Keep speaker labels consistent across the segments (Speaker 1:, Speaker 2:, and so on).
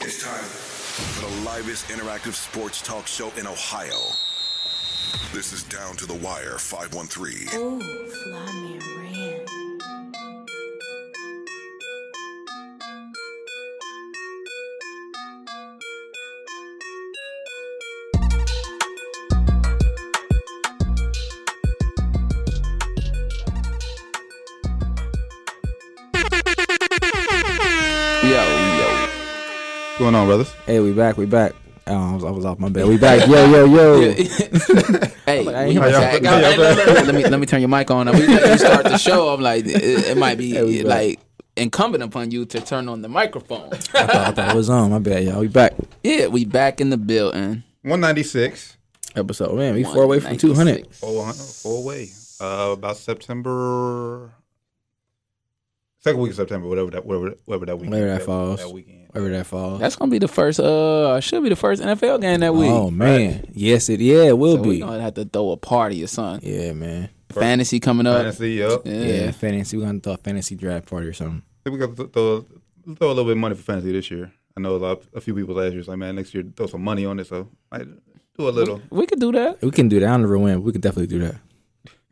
Speaker 1: It's time for the livest interactive sports talk show in Ohio. This is Down to the Wire 513.
Speaker 2: Oh, fly me Rand.
Speaker 3: Yo, yo.
Speaker 4: What's going on, brothers?
Speaker 3: Hey, we back, we back. Oh, I, was, I was off my bed. We back. Yo, yo, yo.
Speaker 5: Hey,
Speaker 3: I ain't
Speaker 5: we
Speaker 3: hear
Speaker 5: was
Speaker 4: y'all.
Speaker 5: at-
Speaker 4: How y'all
Speaker 5: Hey, no, no, no, no, let me let me turn your mic on. We, we start the show. I'm like, it, it might be
Speaker 3: Hey, we back.
Speaker 5: like incumbent upon you to turn on the microphone.
Speaker 3: I, thought, I thought it was on. My bad, y'all. We back.
Speaker 5: yeah, we back in the building.
Speaker 4: 196.
Speaker 3: Episode, man. We four away from 200.
Speaker 5: 196.
Speaker 4: Oh, uh, Full away. Uh, about September. Second week of September, whatever that, whatever, whatever that weekend.
Speaker 3: Whatever that falls.
Speaker 4: That weekend.
Speaker 3: Wherever that falls.
Speaker 5: That's gonna be the first. Uh, should be the first NFL game that week.
Speaker 3: oh, man. Yes, it yeah, it will
Speaker 5: so we
Speaker 3: be.
Speaker 5: gonna have to throw a party or something.
Speaker 3: Yeah, man.
Speaker 5: Fantasy coming up.
Speaker 4: Fantasy, yup.
Speaker 5: Yeah.
Speaker 3: Yeah. fantasy. We're going to throw a fantasy draft party or something.
Speaker 4: I think we got to throw, throw a little bit of money for fantasy this year. I know a lot, a few people last year was like, man, next year throw some money on it. So I do a little.
Speaker 5: we could do that.
Speaker 3: We can do that. I don't ever win. We can definitely do that.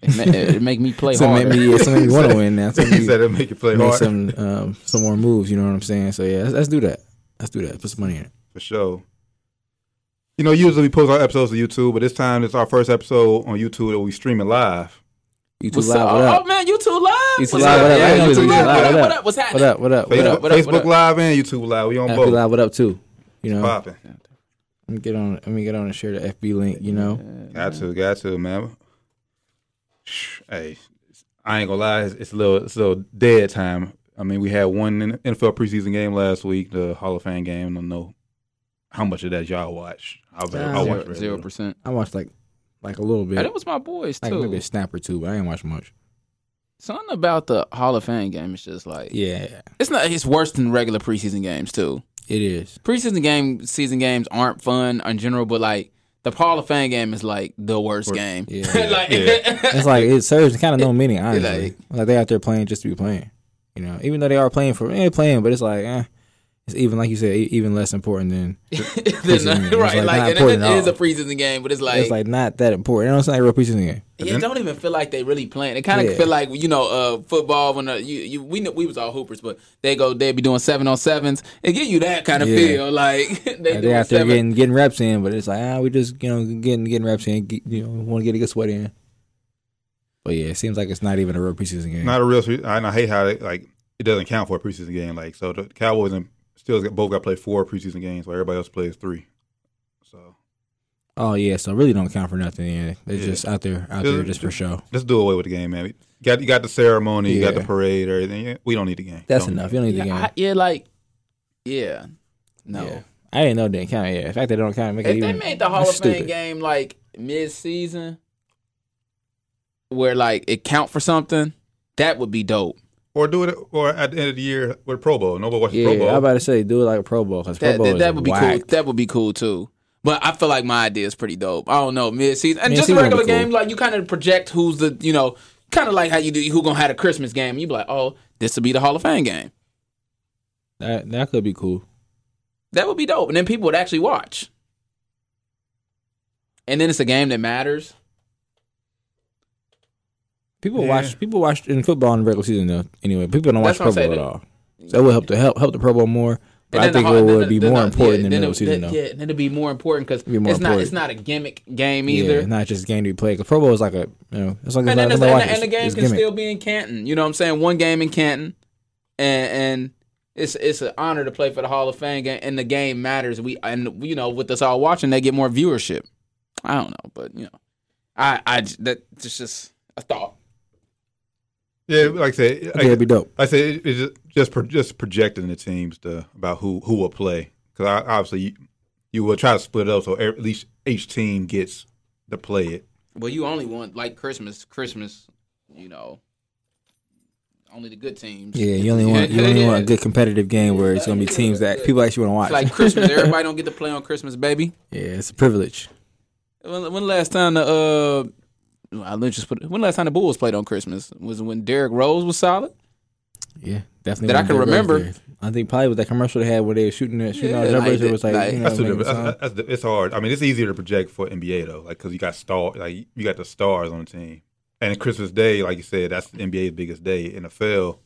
Speaker 5: It, ma- it make me play
Speaker 3: So
Speaker 5: harder.
Speaker 3: make me, yeah, so make me want to win now. So
Speaker 4: he
Speaker 3: make
Speaker 4: said
Speaker 3: me
Speaker 4: it make you play
Speaker 3: make
Speaker 4: hard
Speaker 3: some, um, some more moves. You know what I'm saying? So, yeah, let's, let's do that. Let's do that. Put some money in it.
Speaker 4: for sure. You know, usually we post our episodes to YouTube, but this time it's our first episode on YouTube that we streaming live.
Speaker 3: You two
Speaker 5: What's
Speaker 3: live.
Speaker 5: up?
Speaker 3: What
Speaker 5: Oh,
Speaker 3: up?
Speaker 5: oh, man, you two live.
Speaker 3: You two
Speaker 5: What's
Speaker 3: live.
Speaker 5: up?
Speaker 3: What up?
Speaker 5: Yeah,
Speaker 3: I know
Speaker 5: you
Speaker 3: it's
Speaker 5: two
Speaker 3: you
Speaker 5: live.
Speaker 3: live.
Speaker 5: What up? What
Speaker 3: What up?
Speaker 5: up? What's
Speaker 3: What
Speaker 5: happening?
Speaker 3: up? What up? What
Speaker 4: Facebook,
Speaker 5: what
Speaker 3: up?
Speaker 5: up, what
Speaker 4: Facebook
Speaker 5: up?
Speaker 4: Live and YouTube Live. We on
Speaker 3: Happy
Speaker 4: both.
Speaker 3: Live. What up, too? You know,
Speaker 4: Popping.
Speaker 3: Let me get on. Let me get on and share the FB link. You know,
Speaker 4: Got to, got to, man. Shh, Hey, I ain't gonna lie, it's, it's a little, it's a little dead time. I mean, we had one N- NFL preseason game last week, the Hall of Fame game. I don't know how much of that y'all watch. I, was, I
Speaker 3: Nah,
Speaker 4: watched very
Speaker 5: Zero
Speaker 4: little.
Speaker 5: percent.
Speaker 3: I watched like like a little
Speaker 5: And
Speaker 3: bit,
Speaker 5: it was my boys
Speaker 3: like
Speaker 5: too.
Speaker 3: maybe a snap or two, but I didn't watch much.
Speaker 5: Something about the Hall of Fame game is just like
Speaker 3: Yeah,
Speaker 5: it's not. It's worse than regular preseason games too.
Speaker 3: it is.
Speaker 5: Preseason game, season games aren't fun in general, but like the Hall of Fame game is like the worst game.
Speaker 3: Yeah,
Speaker 5: like
Speaker 3: it's like it serves kind of no meaning. Honestly,
Speaker 5: like-
Speaker 3: like, they out there playing just to be playing. You know, even though they are playing for they playing, but it's like eh, it's even like you said, e- even less important than
Speaker 5: There's not-
Speaker 3: It's
Speaker 5: right,
Speaker 3: like not
Speaker 5: like, and
Speaker 3: important
Speaker 5: it,
Speaker 3: at
Speaker 5: it is a
Speaker 3: all.
Speaker 5: preseason game, but it's like,
Speaker 3: it's like not that important. You know, it's not a real preseason game.
Speaker 5: yeah, it don't even feel like they really playing. It kind of
Speaker 3: Yeah.
Speaker 5: feel like you know uh, football when uh, you, you we knew, we was all hoopers, but they go they be doing seven on sevens and give you that kind of
Speaker 3: Yeah.
Speaker 5: feel like they
Speaker 3: Like, they
Speaker 5: doing
Speaker 3: out there
Speaker 5: seven.
Speaker 3: getting getting reps in, but it's like ah, we just you know getting getting reps in. Get, you know, want to get a good sweat in. But yeah, it seems like it's not even a real preseason game.
Speaker 4: Not a real. pre- And I hate how they, like it doesn't count for a preseason game. Like so, the Cowboys and Steelers got- both got played four preseason games, while everybody else plays three. So
Speaker 3: Oh yeah, so it really don't count for nothing. Yeah, they're
Speaker 4: Yeah.
Speaker 3: just out there, out
Speaker 4: Yeah,
Speaker 3: there just for show.
Speaker 4: let's do away with the game, man. You got you got the ceremony, you got the
Speaker 3: Yeah.
Speaker 4: parade, everything. Yeah, we don't need the game.
Speaker 3: That's
Speaker 4: Don't need
Speaker 3: enough.
Speaker 4: it.
Speaker 3: You don't need the game.
Speaker 5: yeah, I, yeah, like yeah, no.
Speaker 3: Yeah. I didn't know they didn't count. Yeah, the fact that they don't count make it
Speaker 5: If they
Speaker 3: even.
Speaker 5: made the Hall of
Speaker 3: that's
Speaker 5: Fame
Speaker 3: stupid.
Speaker 5: game like mid-season, where like it count for something, that would be dope.
Speaker 4: Or do it, or at the end of the year with Pro Bowl. Nobody watches
Speaker 3: yeah,
Speaker 4: Pro Bowl.
Speaker 3: I was about to say do it like a Pro Bowl because Pro
Speaker 5: That
Speaker 3: Bowl
Speaker 5: that,
Speaker 3: is
Speaker 5: that would be
Speaker 3: whack.
Speaker 5: cool. That would be cool too. But I feel like my idea is pretty dope. I don't know mid-season and just
Speaker 3: Mid-season would
Speaker 5: regular
Speaker 3: be cool.
Speaker 5: game. Like you kind of project who's the you know kind of like how you do who gonna have a Christmas game. You be like, oh, this will be the Hall of Fame game.
Speaker 3: That that could be cool.
Speaker 5: That would be dope, and then people would actually watch. And then it's a game that matters.
Speaker 3: People
Speaker 4: Yeah.
Speaker 3: watch people watch in football in the regular season though. Anyway, people don't
Speaker 5: That's
Speaker 3: watch
Speaker 5: what I'm
Speaker 3: Pro Bowl
Speaker 5: saying.
Speaker 3: at all. So it would help to help help the Pro Bowl more. But
Speaker 5: And
Speaker 3: I
Speaker 5: then
Speaker 3: think
Speaker 5: the-
Speaker 3: it
Speaker 5: then
Speaker 3: would be
Speaker 5: the-
Speaker 3: more
Speaker 5: the-
Speaker 3: important than
Speaker 5: then
Speaker 3: the
Speaker 5: it-
Speaker 3: regular season
Speaker 5: then-
Speaker 3: though.
Speaker 5: Yeah, then it'd be more important because
Speaker 3: be more
Speaker 5: it's not it's
Speaker 3: important.
Speaker 5: not a gimmick game
Speaker 3: Yeah,
Speaker 5: either.
Speaker 3: it's not just a game to be played. 'Cause Pro Bowl is like a you know it's like
Speaker 5: and then
Speaker 3: it's
Speaker 5: it's,
Speaker 3: like
Speaker 5: and,
Speaker 3: watching-
Speaker 5: the, and the game
Speaker 3: it's
Speaker 5: can
Speaker 3: gimmick.
Speaker 5: still be in Canton. You know what I'm saying? One game in Canton, and and it's it's an honor to play for the Hall of Fame game. And the game matters. We and you know with us all watching, they get more viewership. I don't know, but you know, I I j- that just just a thought.
Speaker 4: yeah, like I said, like,
Speaker 3: yeah, it'd be dope.
Speaker 4: I say it, it's just just, pro, just projecting the teams to about who who will play because obviously you, you will try to split it up so e- at least each team gets to play it.
Speaker 5: Well, you only want like Christmas, Christmas, you know. Only the good teams.
Speaker 3: Yeah, you only want you only
Speaker 5: Yeah.
Speaker 3: want a good competitive game where it's gonna be teams that people actually want
Speaker 5: It's
Speaker 3: to watch.
Speaker 5: like Christmas. Everybody don't get to play on Christmas, baby.
Speaker 3: yeah, it's a privilege.
Speaker 5: When, when last time the uh, well, I just put when last time the Bulls played on Christmas was when Derrick Rose was solid.
Speaker 3: Yeah, definitely.
Speaker 5: That I
Speaker 3: one of
Speaker 5: can
Speaker 3: their
Speaker 5: remember.
Speaker 3: birthdays. I think probably with that commercial they had where they were shooting that shooting all
Speaker 5: Yeah,
Speaker 3: the numbers.
Speaker 5: like
Speaker 3: it was
Speaker 5: that-
Speaker 3: like,
Speaker 5: like-
Speaker 3: you know,
Speaker 4: That's, too
Speaker 3: making
Speaker 4: different.
Speaker 3: some-
Speaker 4: That's, that's, it's hard. I mean, it's easier to project for NBA though, like because you got star, like you got the stars on the team, and Christmas Day, like you said, that's the NBA's biggest day. NFL.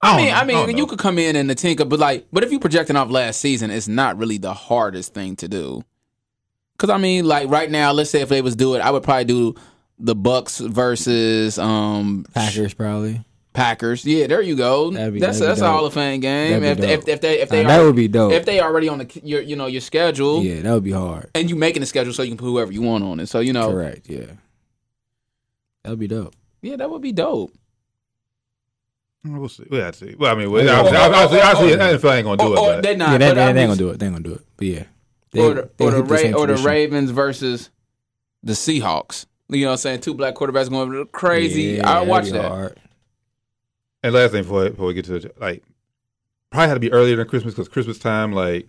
Speaker 5: I,
Speaker 4: don't
Speaker 5: mean,
Speaker 3: Oh,
Speaker 4: know.
Speaker 5: I mean,
Speaker 4: don't
Speaker 5: you
Speaker 4: know.
Speaker 5: could come in and the tinker, but like, but if you're projecting off last season, it's not really the hardest thing to do. Cause I mean, like right now, let's say if they was do it, I would probably do the Bucks versus um
Speaker 3: Packers probably.
Speaker 5: Packers. Yeah, there you go.
Speaker 3: That'd be-
Speaker 5: that's
Speaker 3: that'd be
Speaker 5: that's a
Speaker 3: dope.
Speaker 5: Hall of Fame game. If,
Speaker 3: That'd be
Speaker 5: if
Speaker 3: dope.
Speaker 5: if they if they
Speaker 3: Nah, that
Speaker 5: are-
Speaker 3: would be dope.
Speaker 5: if they already on the your you know your schedule
Speaker 3: yeah, that would be hard.
Speaker 5: and you making the schedule so you can put whoever you want on it. So you know,
Speaker 3: Correct. Yeah, that would be dope.
Speaker 5: yeah, that would be dope.
Speaker 4: We'll see. We'll have to see. Well, I mean, well, obviously, obviously, obviously, NFL ain't gonna do
Speaker 5: Or,
Speaker 4: it.
Speaker 5: or
Speaker 4: but
Speaker 5: they're not.
Speaker 3: yeah, they,
Speaker 5: but
Speaker 3: they,
Speaker 5: I'm
Speaker 3: they ain't
Speaker 5: just-
Speaker 3: gonna do it. They ain't gonna do it. But yeah, they,
Speaker 5: or the,
Speaker 3: they
Speaker 5: or, the
Speaker 3: hit the same
Speaker 5: Ra- or the
Speaker 3: tradition.
Speaker 5: Ravens versus the Seahawks. You know what I'm saying? Two black quarterbacks going crazy.
Speaker 3: Yeah,
Speaker 5: I
Speaker 3: that'd
Speaker 5: watch
Speaker 3: be
Speaker 5: that.
Speaker 3: hard.
Speaker 4: And last thing before, before we get to it, like, probably had to be earlier than Christmas because Christmas time, like,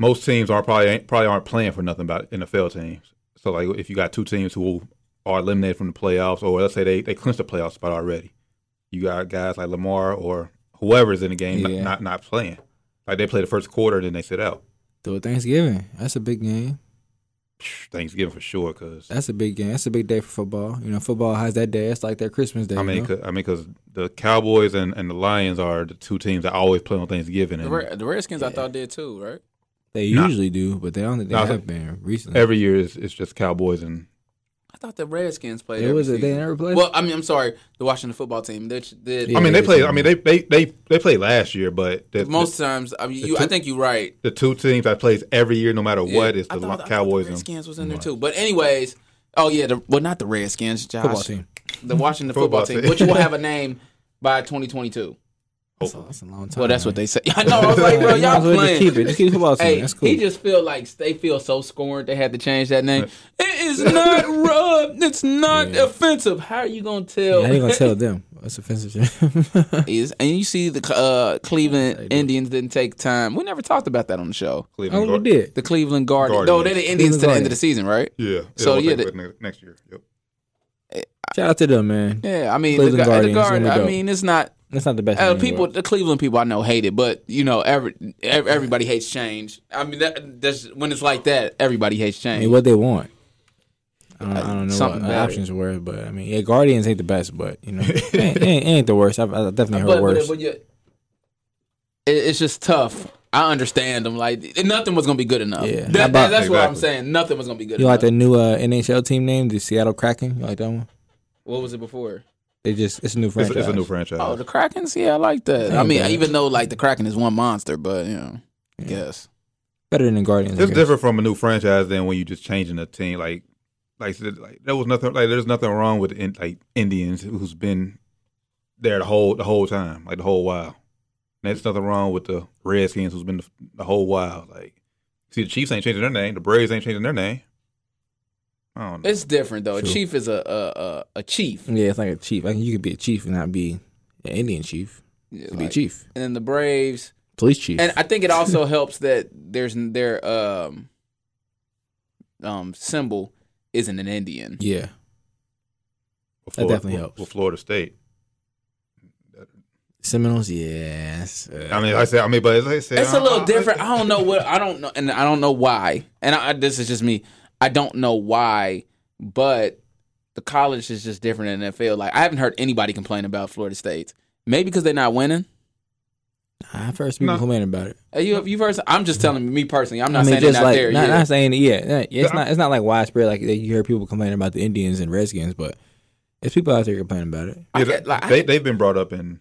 Speaker 4: most teams are probably ain't, probably aren't playing for nothing about NFL teams. So like, if you got two teams who are eliminated from the playoffs, or let's say they they clinched the playoff spot already, you got guys like Lamar or whoever is in the game not,
Speaker 3: Yeah.
Speaker 4: not not playing. Like they play the first quarter, then they sit out.
Speaker 3: Do it Thanksgiving. That's a big game.
Speaker 4: Psh, Thanksgiving for sure, because
Speaker 3: That's a big game. That's a big day for football. You know, football has that day. It's like their Christmas day.
Speaker 4: I
Speaker 3: you
Speaker 4: mean,
Speaker 3: know?
Speaker 4: 'cause- I mean, because the Cowboys and, and the Lions are the two teams that always play on Thanksgiving.
Speaker 5: The,
Speaker 4: And
Speaker 5: Re- the Redskins, I thought did too, right?
Speaker 3: they
Speaker 4: Nah.
Speaker 3: usually do, but they don't. think They
Speaker 4: Nah,
Speaker 3: have been recently.
Speaker 4: every year it's, it's just Cowboys and
Speaker 5: I thought the Redskins played.
Speaker 3: There
Speaker 5: every
Speaker 3: was a- they
Speaker 5: season.
Speaker 3: never played?
Speaker 5: Well, I mean, I'm sorry, the Washington football team. They did
Speaker 3: Yeah,
Speaker 4: I mean, they
Speaker 3: it's
Speaker 4: played.
Speaker 3: not-
Speaker 4: I mean, they they they they played last year, but the,
Speaker 5: most
Speaker 4: the,
Speaker 5: times. I mean,
Speaker 4: the
Speaker 5: you, I
Speaker 4: two-
Speaker 5: think you're right.
Speaker 4: the two teams that plays every year, no matter what,
Speaker 5: Yeah.
Speaker 4: is
Speaker 5: I
Speaker 4: the
Speaker 5: thought- I thought
Speaker 4: Cowboys
Speaker 5: The
Speaker 4: and
Speaker 5: Redskins was in there too. But anyways, oh yeah, the, well not the Redskins, Josh.
Speaker 3: football team.
Speaker 5: The Washington football,
Speaker 4: Football
Speaker 5: team,
Speaker 4: team.
Speaker 5: which will have a name by 2022.
Speaker 3: That's a, that's a long time.
Speaker 5: Well, that's what
Speaker 3: man.
Speaker 5: they say. I know. I was like,
Speaker 3: Yeah,
Speaker 5: bro,
Speaker 3: you might
Speaker 5: y'all
Speaker 3: as well
Speaker 5: playing.
Speaker 3: Just keep it. Just keep the football team.
Speaker 5: Hey,
Speaker 3: that's cool.
Speaker 5: he just feel like they feel so scorned they had to change that name. It is not rubbed. It's not
Speaker 3: Yeah.
Speaker 5: offensive. How are you gonna tell?
Speaker 3: yeah, I ain't gonna tell them. That's offensive. to-
Speaker 5: is and you see the uh,
Speaker 3: They
Speaker 5: Cleveland
Speaker 3: do.
Speaker 5: Indians didn't take time. We never talked about that on the show.
Speaker 3: oh,
Speaker 4: Cleveland.
Speaker 3: we
Speaker 4: Guard-
Speaker 3: did.
Speaker 5: The Cleveland Guardians.
Speaker 4: Guardians.
Speaker 5: No, they're the Indians to the end of the
Speaker 3: Cleveland
Speaker 5: season, right?
Speaker 4: Yeah.
Speaker 5: So,
Speaker 4: we'll
Speaker 5: yeah, the-
Speaker 4: take it ne- next year. Yep.
Speaker 3: Shout out to them, man.
Speaker 5: Yeah, I mean the,
Speaker 3: Cleveland
Speaker 5: Gu- the
Speaker 3: Guardians, it's
Speaker 5: Guard.
Speaker 3: gonna be
Speaker 5: I
Speaker 3: dope.
Speaker 5: mean, it's not
Speaker 3: That's not the best.
Speaker 5: uh,
Speaker 3: name in the
Speaker 5: people.
Speaker 3: world.
Speaker 5: The Cleveland people I know hate it, but you know, every, ev- everybody hates change. I mean, that, that's when it's like that. Everybody hates
Speaker 3: I
Speaker 5: change.
Speaker 3: mean, what they want. I don't, I don't know
Speaker 5: Something
Speaker 3: what the
Speaker 5: better.
Speaker 3: options were, but I mean, yeah, Guardians ain't the best, but you know, it ain't, it ain't, it ain't the worst. I've, I've definitely heard
Speaker 5: but, but,
Speaker 3: worse.
Speaker 5: but you- it, it's just tough. I understand them. Like nothing was gonna be good enough.
Speaker 3: Yeah.
Speaker 5: That-
Speaker 3: How about-
Speaker 5: that's what I'm
Speaker 4: Exactly.
Speaker 5: saying. Nothing was gonna be good
Speaker 3: you like
Speaker 5: enough.
Speaker 3: the new uh, NHL team name, the Seattle Kraken? You like that one?
Speaker 5: what was it before?
Speaker 3: They just it's a new
Speaker 4: It's,
Speaker 3: franchise.
Speaker 4: it's a new franchise.
Speaker 5: Oh, the Krakens. Yeah, I like that. I
Speaker 3: Uh, Ain't
Speaker 5: mean,
Speaker 3: bad.
Speaker 5: even though like the Kraken is one monster, but you know, I guess
Speaker 3: better than the Guardians. I
Speaker 4: it's
Speaker 3: guess.
Speaker 4: different from a new franchise than when you just changing a team. Like, like, I said, like there was nothing. Like, there's nothing wrong with in, like Indians who's been there the whole the whole time, like the whole while. And there's nothing wrong with the Redskins who's been the, the whole while. Like, see, the Chiefs ain't changing their name. The Braves ain't changing their name. I don't know.
Speaker 5: it's different though. A
Speaker 3: True.
Speaker 5: Chief is a a a, a chief.
Speaker 3: Yeah, it's like a chief. Like you could be a chief and not be an Indian chief. You could be
Speaker 5: Like,
Speaker 3: chief,
Speaker 5: And then the Braves.
Speaker 3: police chief.
Speaker 5: And I think it also helps that there's their um um symbol isn't an Indian.
Speaker 3: yeah,
Speaker 4: With
Speaker 3: That definitely
Speaker 4: with-
Speaker 3: helps.
Speaker 4: With Florida State.
Speaker 3: Seminoles. Yes. Uh,
Speaker 4: I mean, like I said, I mean, but as I said,
Speaker 5: It's a
Speaker 4: I-
Speaker 3: Uh-huh.
Speaker 5: little
Speaker 4: I-
Speaker 5: different. I don't know what I don't know, and I don't know why. And I, this is just me. I don't know why, but the college is just different than NFL. Like I haven't heard anybody complain about Florida State. Maybe because they're not winning.
Speaker 3: I've heard some people
Speaker 4: No.
Speaker 3: complain about it.
Speaker 5: Uh, You you first. I'm just telling me personally. I'm not
Speaker 3: I mean,
Speaker 5: saying they're
Speaker 3: just
Speaker 5: not
Speaker 3: like
Speaker 5: there.
Speaker 3: not,
Speaker 5: yet.
Speaker 3: not saying yeah, yeah, yeah, It's
Speaker 4: Yeah.
Speaker 3: not. It's not like widespread. Like you hear people complaining about the Indians and Redskins, but it's people out there complaining about it.
Speaker 5: I
Speaker 4: Yeah,
Speaker 5: get- like, I
Speaker 4: they
Speaker 5: get-
Speaker 4: they've been brought up in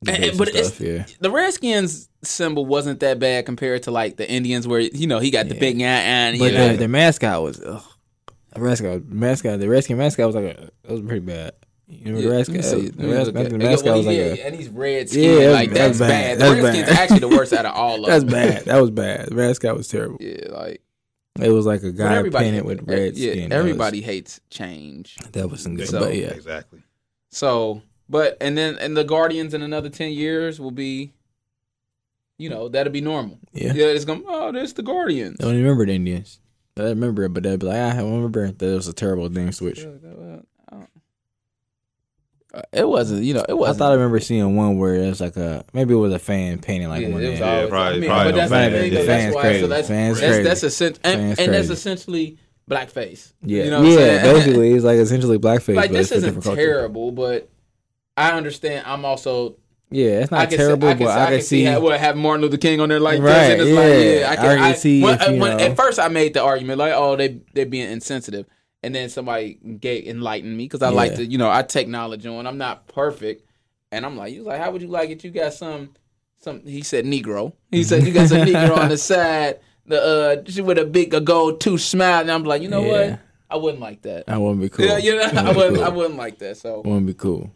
Speaker 3: The
Speaker 5: And-
Speaker 3: base
Speaker 5: but
Speaker 3: and
Speaker 5: it's-
Speaker 3: stuff, yeah.
Speaker 5: the Redskins symbol wasn't that bad compared to like the Indians, where you know he got the
Speaker 3: Yeah.
Speaker 5: big and
Speaker 3: But
Speaker 5: yeah.
Speaker 3: the, the mascot was ugh. The mascot, mascot, the Redskin mascot was like a, it was pretty bad. You know,
Speaker 5: Yeah,
Speaker 3: the
Speaker 5: let me see.
Speaker 3: mascot, the,
Speaker 5: Let me
Speaker 3: Res-
Speaker 5: look
Speaker 3: I
Speaker 5: at-
Speaker 3: think the
Speaker 5: Yeah,
Speaker 3: mascot
Speaker 5: well,
Speaker 3: was like
Speaker 5: yeah,
Speaker 3: a,
Speaker 5: and he's red
Speaker 3: Yeah,
Speaker 5: skin.
Speaker 3: that's-
Speaker 5: like that's,
Speaker 3: that's bad.
Speaker 5: bad.
Speaker 3: That's
Speaker 5: The Redskins
Speaker 3: bad.
Speaker 5: actually the worst out of all of
Speaker 3: that's
Speaker 5: them.
Speaker 3: bad. That was bad. The mascot was terrible.
Speaker 5: Yeah, like
Speaker 3: It was like a
Speaker 5: but
Speaker 3: guy
Speaker 5: everybody eh,
Speaker 3: painted with red
Speaker 5: yeah,
Speaker 3: skin. That was-
Speaker 5: everybody hates change.
Speaker 3: That wasn't good,
Speaker 5: So-
Speaker 3: but yeah,
Speaker 4: exactly.
Speaker 5: So, but and then and the Guardians in another ten years will be, you know, that'll be normal.
Speaker 3: yeah.
Speaker 5: Yeah, it's gonna oh, there's the Guardians.
Speaker 3: I don't even remember the Indians. I don't remember it, but they'd be like, "Ah, I don't remember that it was a terrible name switch.
Speaker 5: Yeah, that- well, I don't- uh, It wasn't, you know, it
Speaker 3: I
Speaker 5: wasn't.
Speaker 3: thought I remember seeing one where it was like a maybe it was a fan painting like
Speaker 5: Yeah,
Speaker 3: one.
Speaker 5: it was
Speaker 3: man.
Speaker 5: always-
Speaker 6: probably-
Speaker 5: I mean,
Speaker 6: probably
Speaker 5: but that's
Speaker 3: fans.
Speaker 5: the thing, though, that's
Speaker 3: The fans
Speaker 5: why.
Speaker 3: crazy.
Speaker 5: So that's
Speaker 3: Fans
Speaker 5: that's,
Speaker 3: crazy.
Speaker 5: that's essen- and,
Speaker 3: Fans
Speaker 5: and that's
Speaker 3: crazy.
Speaker 5: essentially blackface.
Speaker 3: yeah,
Speaker 5: you know what I'm
Speaker 3: yeah.
Speaker 5: saying?
Speaker 3: Basically, it's like essentially blackface.
Speaker 5: like
Speaker 3: but
Speaker 5: this
Speaker 3: it's for
Speaker 5: isn't
Speaker 3: different culture.
Speaker 5: terrible, but I understand. I'm also
Speaker 3: Yeah, it's not
Speaker 5: I can
Speaker 3: terrible,
Speaker 5: see, I can,
Speaker 3: but
Speaker 5: see-
Speaker 3: I can see.
Speaker 5: how- what have Martin Luther King on there like
Speaker 3: Right,
Speaker 5: this. And it's like,
Speaker 3: yeah.
Speaker 5: yeah, I can,
Speaker 3: I can
Speaker 5: I-
Speaker 3: see
Speaker 5: when-
Speaker 3: if, you
Speaker 5: when-
Speaker 3: know-
Speaker 5: At first, I made the argument like, oh, they they're being insensitive, and then somebody gave, enlightened me because I like
Speaker 3: Yeah.
Speaker 5: to, you know, I take knowledge on. I'm not perfect, and I'm like, you like, how would you like it? You got some, some. He said Negro. He said you got some Negro on the side, the uh, she with a big a gold tooth smile, and I'm like, you know
Speaker 3: Yeah.
Speaker 5: what? I wouldn't like that.
Speaker 3: I wouldn't be cool.
Speaker 5: Yeah, you know, I
Speaker 3: That wouldn't be
Speaker 5: wouldn't, I
Speaker 3: cool.
Speaker 5: wouldn't like that. So
Speaker 3: wouldn't be cool.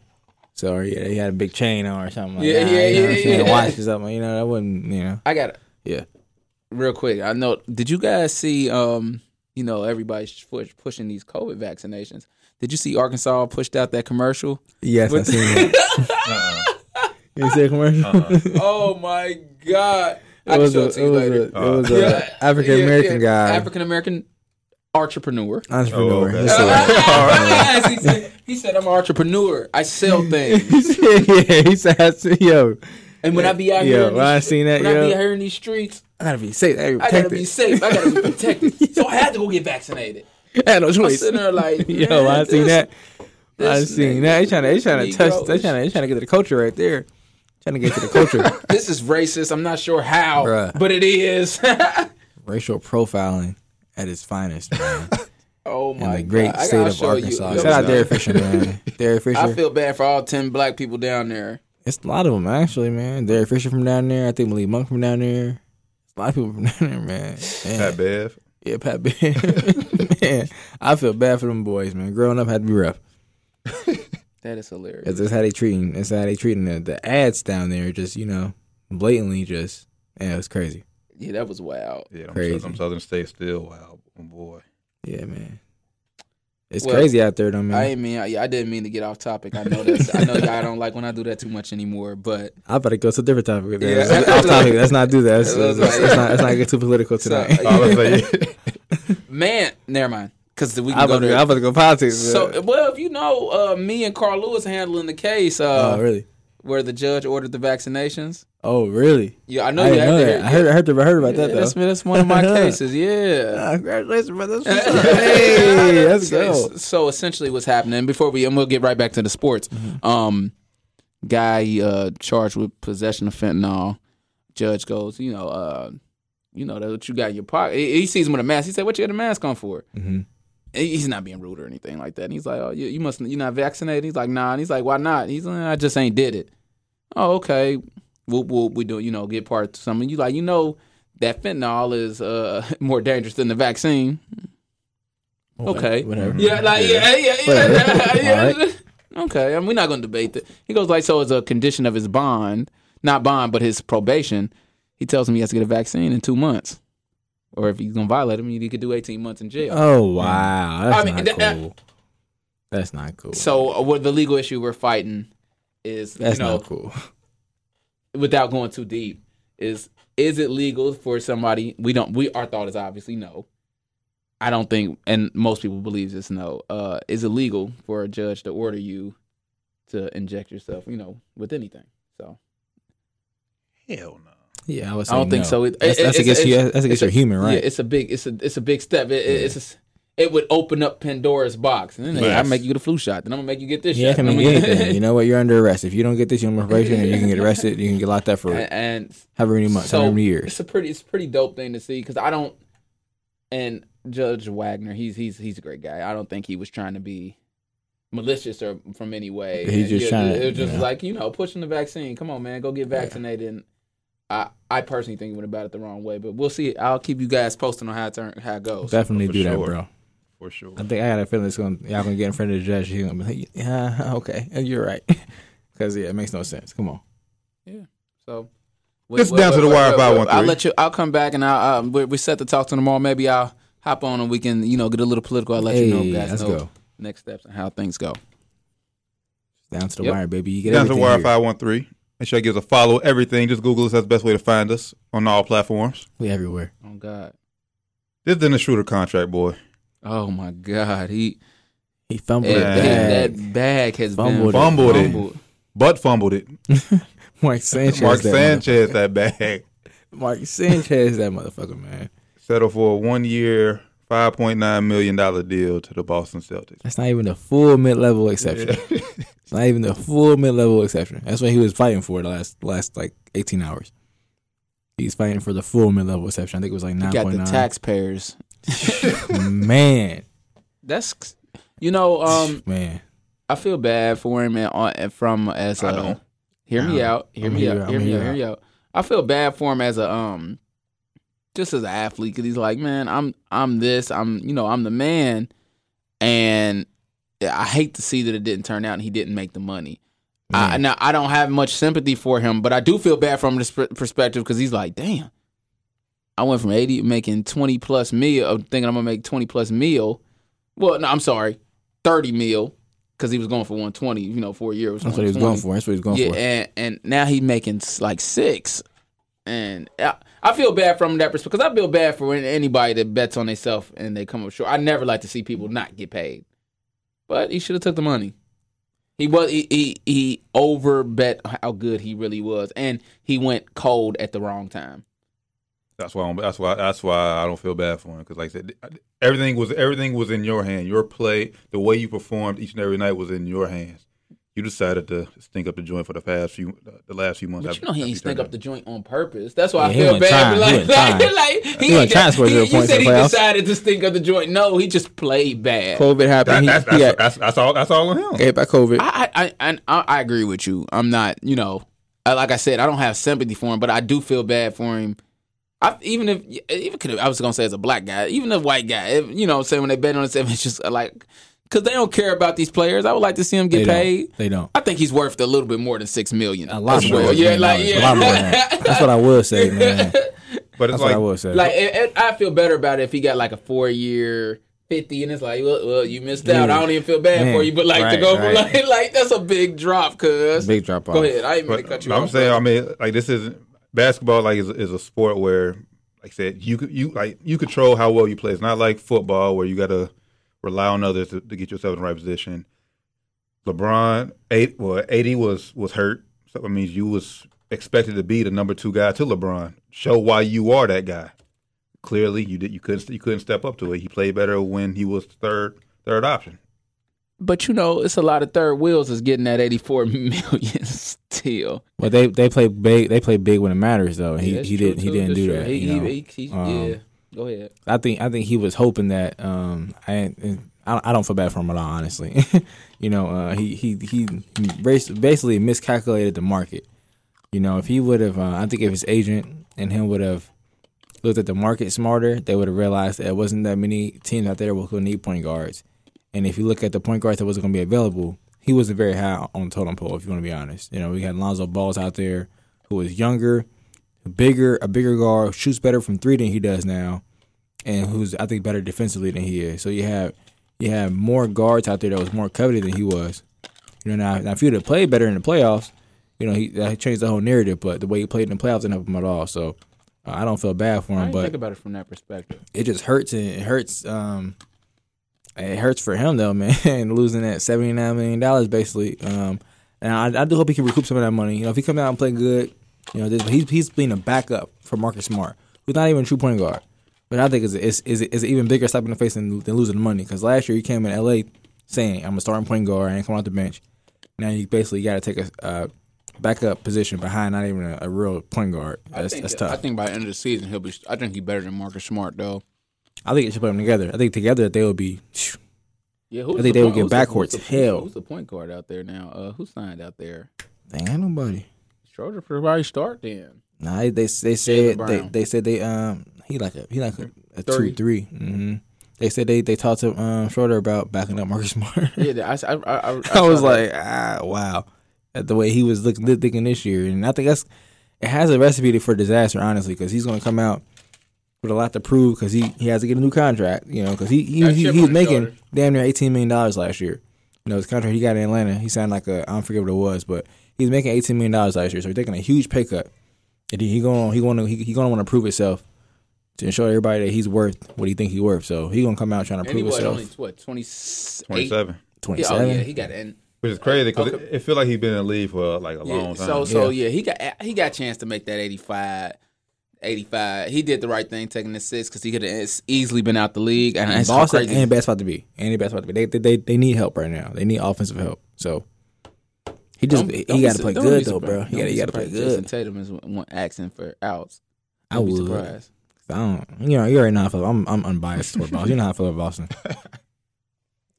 Speaker 3: So or, yeah, he had a big chain on or something. Like,
Speaker 5: Yeah,
Speaker 3: that.
Speaker 5: yeah,
Speaker 3: you know
Speaker 5: yeah,
Speaker 3: what I'm saying?
Speaker 5: yeah.
Speaker 3: Watch or something. You know, that wouldn't. You know,
Speaker 5: I got it.
Speaker 3: yeah.
Speaker 5: real quick. I know. Did you guys see? Um, you know, everybody's push, pushing these COVID vaccinations. Did you see Arkansas pushed out that commercial?
Speaker 3: Yes, I
Speaker 5: With-
Speaker 3: seen that. You see a commercial?
Speaker 6: Uh-huh.
Speaker 5: oh my god! I
Speaker 3: It
Speaker 5: can
Speaker 3: was
Speaker 5: show
Speaker 3: a
Speaker 5: it to you
Speaker 3: it was a
Speaker 5: later.
Speaker 3: it was
Speaker 6: Uh,
Speaker 3: a African American guy
Speaker 5: African American entrepreneur.
Speaker 6: Oh,
Speaker 3: entrepreneur.
Speaker 6: okay.
Speaker 3: He said-
Speaker 5: Yes, he, said, he said, "I'm an entrepreneur. I sell things,
Speaker 3: yeah, he said, I see- "Yo,
Speaker 5: and when I be out here,
Speaker 3: yo,
Speaker 5: in
Speaker 3: when
Speaker 5: these
Speaker 3: I
Speaker 5: stre-
Speaker 3: seen that,
Speaker 5: when I be out
Speaker 3: yo,
Speaker 5: here in these streets,
Speaker 3: I gotta be safe. I gotta be
Speaker 5: I gotta
Speaker 3: protected.
Speaker 5: be safe. I gotta be protected. So I had to go get vaccinated.
Speaker 3: I had no
Speaker 5: I'm
Speaker 3: choice."
Speaker 5: sitting there like,
Speaker 3: Yo,
Speaker 5: "Man,
Speaker 3: I seen
Speaker 5: this-
Speaker 3: that. I
Speaker 5: this
Speaker 3: seen
Speaker 5: nigga-
Speaker 3: that. They trying to, they trying to
Speaker 5: Negro
Speaker 3: touch. They
Speaker 5: is-
Speaker 3: trying to, they trying to get to the culture right there. Trying to get to the culture.
Speaker 5: this is racist. I'm not sure how,
Speaker 3: Bruh.
Speaker 5: but it is.
Speaker 3: Racial profiling at its finest, man.
Speaker 5: oh
Speaker 3: in
Speaker 5: my
Speaker 3: the great
Speaker 5: God. I
Speaker 3: state
Speaker 5: gotta
Speaker 3: of
Speaker 5: show you.
Speaker 3: Arkansas.
Speaker 5: Yo,
Speaker 3: Shout out
Speaker 6: Arkansas.
Speaker 3: Derek Fisher, man. Derek Fisher.
Speaker 5: I feel bad for all ten black people down there.
Speaker 3: it's a lot of them actually, man. Derek Fisher from down there. I think Malik Monk from down there. It's a lot of people from down there, man. Man.
Speaker 6: Pat Bev.
Speaker 3: Yeah, Pat Ben. man, I feel bad for them boys, man. Growing up had to be rough.
Speaker 5: That is hilarious.
Speaker 3: Cause that's how they treating. That's how they treating the, the ads down there. Just you know, blatantly just. Yeah, it's crazy.
Speaker 5: Yeah, that was wild.
Speaker 6: Yeah, them,
Speaker 3: Crazy.
Speaker 6: them Southern states still wow, boy.
Speaker 3: Yeah, man. It's
Speaker 5: Well,
Speaker 3: crazy out there, though,
Speaker 5: I
Speaker 3: man.
Speaker 5: ain't mean. I, I didn't mean to get off topic. I know that's. I know y'all don't like when I do that too much anymore. But
Speaker 3: I, better go to a different topic. Yeah.
Speaker 5: Yeah.
Speaker 3: off topic. Let's not do that. Let's,
Speaker 5: That's
Speaker 3: let's-
Speaker 5: right.
Speaker 3: let's not, let's not get too political
Speaker 5: So, uh,
Speaker 3: tonight.
Speaker 5: yeah.
Speaker 6: All I say,
Speaker 5: man, never mind. Because we
Speaker 3: I'm
Speaker 5: can go
Speaker 3: about, to,
Speaker 5: there.
Speaker 3: I'm about to go politics.
Speaker 5: so
Speaker 3: man.
Speaker 5: well, if you know, uh, me and Carl Lewis handling the case uh,
Speaker 3: oh really?
Speaker 5: where the judge ordered the vaccinations.
Speaker 3: Oh really?
Speaker 5: Yeah, I know
Speaker 3: I
Speaker 5: you
Speaker 3: didn't
Speaker 5: had
Speaker 3: know
Speaker 5: to
Speaker 3: that.
Speaker 5: hear-
Speaker 3: I heard. I heard, I heard about that
Speaker 5: Yeah, that's,
Speaker 3: though.
Speaker 5: that's one of my cases. Yeah.
Speaker 3: Ah, congratulations, brother. That's what's up. hey, let's
Speaker 5: so,
Speaker 3: go.
Speaker 5: so essentially, what's happening before we and we'll get right back to the sports.
Speaker 3: Mm-hmm.
Speaker 5: Um, guy uh, charged with possession of fentanyl. Judge goes, you know, uh, you know that's what you got in your pocket. He, he sees him with a mask. He said, "What you had a mask on for?"
Speaker 3: Mhm.
Speaker 5: And He's not being rude or anything like that. And he's like, "Oh, you, you must you're not vaccinated." He's like, "Nah." And he's like, "Why not?" He's like, "I just ain't did it." Oh, okay. Whoop whoop. We do you know get part of something. You like you know that fentanyl is uh, more dangerous than the vaccine. Okay.
Speaker 3: Whatever.
Speaker 5: Yeah, like yeah, yeah, yeah.
Speaker 3: Whatever.
Speaker 5: yeah, yeah.
Speaker 3: All
Speaker 5: Okay, and we're not going to debate that. He goes like, so as a condition of his bond, not bond, but his probation, he tells him he has to get a vaccine in two months, or if he's going to violate him, he could do eighteen months in jail.
Speaker 3: Oh wow, that's
Speaker 5: I mean,
Speaker 3: not
Speaker 5: that-
Speaker 3: cool. That's not cool.
Speaker 5: so, uh, what the legal issue we're fighting is,
Speaker 3: that's
Speaker 5: you know,
Speaker 3: not cool.
Speaker 5: without going too deep, is is it legal for somebody? We don't. We our thought is obviously no. I don't think, and most people believe this. No, uh, is it legal for a judge to order you to inject yourself? You know, with anything. So
Speaker 6: hell no.
Speaker 3: Yeah, I, would
Speaker 5: I don't
Speaker 3: say
Speaker 5: think
Speaker 3: no.
Speaker 5: so. It-
Speaker 3: that's,
Speaker 5: it- it's-
Speaker 3: that's against you.
Speaker 5: it's-
Speaker 3: That's
Speaker 5: it's
Speaker 3: against
Speaker 5: a-
Speaker 3: your human
Speaker 5: yeah,
Speaker 3: right.
Speaker 5: it's a big, it's a, it's a big step. It, it- it's a s it would open up Pandora's box, and then
Speaker 6: Yes.
Speaker 5: I make you get a flu shot, then I'm gonna make you get this
Speaker 3: Yeah, it
Speaker 5: shot.
Speaker 3: can
Speaker 5: then
Speaker 3: mean
Speaker 5: I'm gonna-
Speaker 3: anything. You know what? You're under arrest. If you don't get this, you're on probation, and you can get arrested. You can get locked up for
Speaker 5: and, and
Speaker 3: however many months, however many years.
Speaker 5: It's a pretty, it's a pretty dope thing to see because I don't. And Judge Wagner, he's he's he's a great guy. I don't think he was trying to be malicious or from any way.
Speaker 3: He's just
Speaker 5: Yeah,
Speaker 3: trying to,
Speaker 5: It was just
Speaker 3: you know.
Speaker 5: like you know, pushing the vaccine. Come on, man, go get vaccinated. And I I personally think he went about it the wrong way, but we'll see. I'll keep you guys posted on how it turn how it goes.
Speaker 3: Definitely
Speaker 6: For
Speaker 3: do that,
Speaker 6: sure.
Speaker 3: bro.
Speaker 6: For sure.
Speaker 3: I think I got a feeling it's going. to Y'all gonna get in front of the judge. He's gonna be like, "Yeah, okay, you're right." Because yeah, it makes no sense. Come on.
Speaker 5: So
Speaker 6: This down to the wire
Speaker 5: wait,
Speaker 6: five
Speaker 5: wait,
Speaker 6: one
Speaker 5: I'll
Speaker 6: three.
Speaker 5: let you. I'll come back and I'll. Uh, we, we set the talk to tomorrow. Maybe I'll hop on and we can you know get a little political. I'll let you know,
Speaker 3: Hey,
Speaker 5: guys.
Speaker 3: let's
Speaker 5: know
Speaker 3: go.
Speaker 5: Next steps and how things go.
Speaker 3: Down to the
Speaker 5: Yep.
Speaker 3: wire, baby. You get
Speaker 6: Down to the
Speaker 3: everything
Speaker 6: wire
Speaker 3: here.
Speaker 6: five one three. Make sure you give us a follow. Everything. Just Google us. That's the best way to find us on all platforms.
Speaker 3: We everywhere.
Speaker 5: Oh God.
Speaker 6: This is in the shooter contract, boy.
Speaker 5: Oh my God. He
Speaker 3: He fumbled
Speaker 5: That
Speaker 3: it bad.
Speaker 5: bag, that bag has
Speaker 3: Fumbled
Speaker 5: been
Speaker 3: it.
Speaker 6: Fumbled it. Butt fumbled it.
Speaker 3: Mark Sanchez.
Speaker 6: Mark
Speaker 3: that
Speaker 6: Sanchez that bag.
Speaker 3: motherfucker. Mark Sanchez. That motherfucker, man.
Speaker 6: Settled for a one year, five point nine million dollar deal to the Boston Celtics.
Speaker 3: That's not even the full mid level exception. It's not even the full mid level exception. That's what he was fighting for the last last like eighteen hours. He's fighting for the full mid level exception. I think it was like
Speaker 5: You
Speaker 3: nine
Speaker 5: got
Speaker 3: point
Speaker 5: the
Speaker 3: nine.
Speaker 5: taxpayers.
Speaker 3: Man,
Speaker 5: That's you know, um,
Speaker 3: man.
Speaker 5: I feel bad for him and on from as a.
Speaker 6: I don't.
Speaker 5: Hear me
Speaker 3: Nah,
Speaker 5: out. Hear
Speaker 3: I'm
Speaker 5: me
Speaker 3: here,
Speaker 5: out.
Speaker 3: I'm
Speaker 5: hear me
Speaker 3: here.
Speaker 5: out. Hear me out. I feel bad for him as a um, just as an athlete because he's like, man, I'm I'm this. I'm you know I'm the man, and I hate to see that it didn't turn out and he didn't make the money. I, now I don't have much sympathy for him, but I do feel bad from this per- perspective because he's like, damn, I went from eighty making twenty plus meal, of thinking I'm gonna make twenty plus meal. Well, no, I'm sorry, thirty meal because he was going for one twenty. You know, for a year it was
Speaker 3: That's what he was going
Speaker 5: 120.
Speaker 3: for. That's what he was going
Speaker 5: yeah,
Speaker 3: for.
Speaker 5: and and now he's making s- like six, and I, I feel bad from that perspective because I feel bad for an- anybody that bets on themselves and they come up short. I never like to see people not get paid, but he should have took the money. He was he, he he over bet how good he really was, and he went cold at the wrong time.
Speaker 6: That's why. I'm, that's why. That's why I don't feel bad for him because, like I said, everything was everything was in your hand. Your play, the way you performed each and every night was in your hands. You decided to stink up the joint for the past few, the last few months.
Speaker 5: But
Speaker 6: after-
Speaker 5: you know he
Speaker 6: after
Speaker 5: ain't stink
Speaker 6: turned
Speaker 5: up
Speaker 6: it.
Speaker 5: the joint on purpose. That's why
Speaker 3: Yeah,
Speaker 5: I
Speaker 3: he
Speaker 5: feel
Speaker 3: wasn't
Speaker 5: bad.
Speaker 3: trying.
Speaker 5: Like,
Speaker 3: He wasn't
Speaker 5: like,
Speaker 3: trying.
Speaker 5: like,
Speaker 3: He
Speaker 5: he,
Speaker 3: wasn't
Speaker 5: ain't
Speaker 3: trying to
Speaker 5: got-
Speaker 3: score
Speaker 5: he-
Speaker 3: zero
Speaker 5: you
Speaker 3: points in
Speaker 5: said
Speaker 3: the
Speaker 5: he
Speaker 3: playoffs.
Speaker 5: decided to stink up the joint. No, he just played bad.
Speaker 3: COVID
Speaker 6: That,
Speaker 3: happened.
Speaker 6: that's, that's,
Speaker 3: he, he got
Speaker 6: that's, that's all. That's all on him.
Speaker 3: hit by COVID.
Speaker 5: I I, I I I agree with you. I'm not, you know, I, like I said, I don't have sympathy for him, but I do feel bad for him. I even if even could I was gonna say as a black guy, even a white guy, if, you know, what I'm saying when they bet on himself, it's just like because they don't care about these players. I would like to see him get
Speaker 3: they
Speaker 5: paid.
Speaker 3: don't. They don't.
Speaker 5: I think he's worth a little bit more than six million.
Speaker 3: A lot
Speaker 5: as
Speaker 3: more.
Speaker 5: well.
Speaker 3: than
Speaker 5: Yeah,
Speaker 3: million
Speaker 5: like
Speaker 3: dollars.
Speaker 5: yeah,
Speaker 3: A lot more than that. That's what I would say, man.
Speaker 6: But it's
Speaker 3: That's what
Speaker 6: like
Speaker 3: I would say.
Speaker 5: Like it, it- I feel better about it if he got like a four year fifty, and it's like, well, well you missed out.
Speaker 3: Yeah.
Speaker 5: I don't even feel bad
Speaker 3: Man,
Speaker 5: for you, but like
Speaker 3: right,
Speaker 5: to go from
Speaker 3: right.
Speaker 5: like, like that's a big drop, cuz.
Speaker 3: Big drop off.
Speaker 5: Go ahead. I ain't mean to
Speaker 6: But
Speaker 5: cut you
Speaker 6: I'm
Speaker 5: off.
Speaker 6: saying, I mean, like this isn't basketball. Like is, is a sport where, like I said, you could- you like you control how well you play. It's not like football where you got to rely on others to, to get yourself in the right position. LeBron eight well eighty was was hurt, so that means you was expected to be the number two guy to LeBron. Show why you are that guy. Clearly, you did you couldn't you couldn't step up to it. He played better when he was third third option.
Speaker 5: but you know, it's a lot of third wheels is getting that eighty four million still.
Speaker 3: But they they play big. They play big when it matters, though. And
Speaker 5: Yeah,
Speaker 3: he
Speaker 5: that's
Speaker 3: he
Speaker 5: true,
Speaker 3: didn't he
Speaker 5: too.
Speaker 3: didn't
Speaker 5: That's
Speaker 3: do
Speaker 5: true.
Speaker 3: that.
Speaker 5: He,
Speaker 3: you know?
Speaker 5: he, he, he,
Speaker 3: Um,
Speaker 5: yeah. Go ahead.
Speaker 3: I think I think he was hoping that um I ain't- I I don't feel bad for him at all honestly, you know uh, he he he bas- basically miscalculated the market, you know if he would have uh, I think if his agent and him would have looked at the market smarter they would have realized that it wasn't that many teams out there who could need point guards, and if you look at the point guards that wasn't going to be available he wasn't very high on the totem pole if you want to be honest you know we had Lonzo Balls out there who was younger, bigger a bigger guard shoots better from three than he does now and who's I think better defensively than he is. So you have you have more guards out there that was more coveted than he was. You know, now, now if he would have played better in the playoffs, you know, he that changed the whole narrative. But the way he played in the playoffs didn't help him at all. So uh, I don't feel bad for
Speaker 5: I
Speaker 3: him,
Speaker 5: didn't think
Speaker 3: but
Speaker 5: about it from that perspective.
Speaker 3: it just hurts and it hurts. Um, it hurts for him though, man, losing that seventy nine million dollars basically. Um, and I, I do hope he can recoup some of that money. You know, if he come out and play good, you know, this, he's he's being a backup for Marcus Smart, who's not even a true point guard. But I think it's it's is is even bigger slap in the face than, than losing the money because last year he came in L.A. saying I'm a starting point guard, I ain't coming off the bench. Now you basically got to take a uh, backup position behind not even a, a real point guard. That's, that's tough.
Speaker 5: I think by the end of the season he'll be I think he's better than Marcus Smart though.
Speaker 3: I think it should put them together. I think together they will be.
Speaker 5: Yeah, who's
Speaker 3: I think
Speaker 5: the
Speaker 3: they
Speaker 5: point-
Speaker 3: would get
Speaker 5: who's the-
Speaker 3: backcourts.
Speaker 5: who's the-
Speaker 3: Hell.
Speaker 5: Who's the point guard out there now? Uh, who signed out there?
Speaker 3: They ain't nobody.
Speaker 5: Schroeder probably start then.
Speaker 3: Nah, they they, they said they,
Speaker 5: Brown.
Speaker 3: they said they um he like a he like a, a
Speaker 5: Three.
Speaker 3: two three. Mm-hmm. They said they they talked to um Schroeder about backing up Marcus Smart.
Speaker 5: Yeah, I, I, I, I,
Speaker 3: I was
Speaker 5: saw that.
Speaker 3: like, ah, wow, at the way he was looking thinking this year, and I think that's it has a recipe for disaster, honestly, because he's going to come out with a lot to prove because he, he has to get a new contract, you know, because he he,
Speaker 5: Got a
Speaker 3: he,
Speaker 5: chip
Speaker 3: he
Speaker 5: on
Speaker 3: was
Speaker 5: his
Speaker 3: making
Speaker 5: shoulder.
Speaker 3: damn near eighteen million dollars last year. You know, his contract he got in Atlanta, he signed like a I don't forget what it was, but he's making eighteen million dollars last year, so he's taking a huge pay cut, and he, he going he going to he, he going to want to prove himself. to show everybody that he's worth what he think he's worth. So he gonna come out trying to
Speaker 5: And he
Speaker 3: prove
Speaker 5: was
Speaker 3: himself.
Speaker 5: only what 20,
Speaker 4: 27.
Speaker 3: Twenty
Speaker 5: Yeah, oh
Speaker 3: seven.
Speaker 5: yeah, he got in.
Speaker 4: Which is crazy because
Speaker 5: Okay.
Speaker 4: it, it feels like he's been in the league for like a long
Speaker 5: Yeah,
Speaker 4: time.
Speaker 5: so so yeah. he got he got a chance to make that 85 85. He did the right thing taking the six because he could have easily been out the league. And it's so
Speaker 3: Boston
Speaker 5: crazy.
Speaker 3: ain't bad spot to be. Ain't bad spot to be. They, they they they need help right now. They need offensive help. So he just
Speaker 5: Don't-
Speaker 3: he,
Speaker 5: don't be
Speaker 3: got to
Speaker 5: su-
Speaker 3: play
Speaker 5: don't be
Speaker 3: good though, bro.
Speaker 5: surprised.
Speaker 3: He
Speaker 5: Don't
Speaker 3: got
Speaker 5: be
Speaker 3: he got to play
Speaker 5: surprised. Jason
Speaker 3: good.
Speaker 5: Tatum is one asking for outs.
Speaker 3: I
Speaker 5: Don't be
Speaker 3: would.
Speaker 5: surprised.
Speaker 3: I don't. You know, you already know how I feel. I'm I'm unbiased toward Boston. You know how I feel about Boston.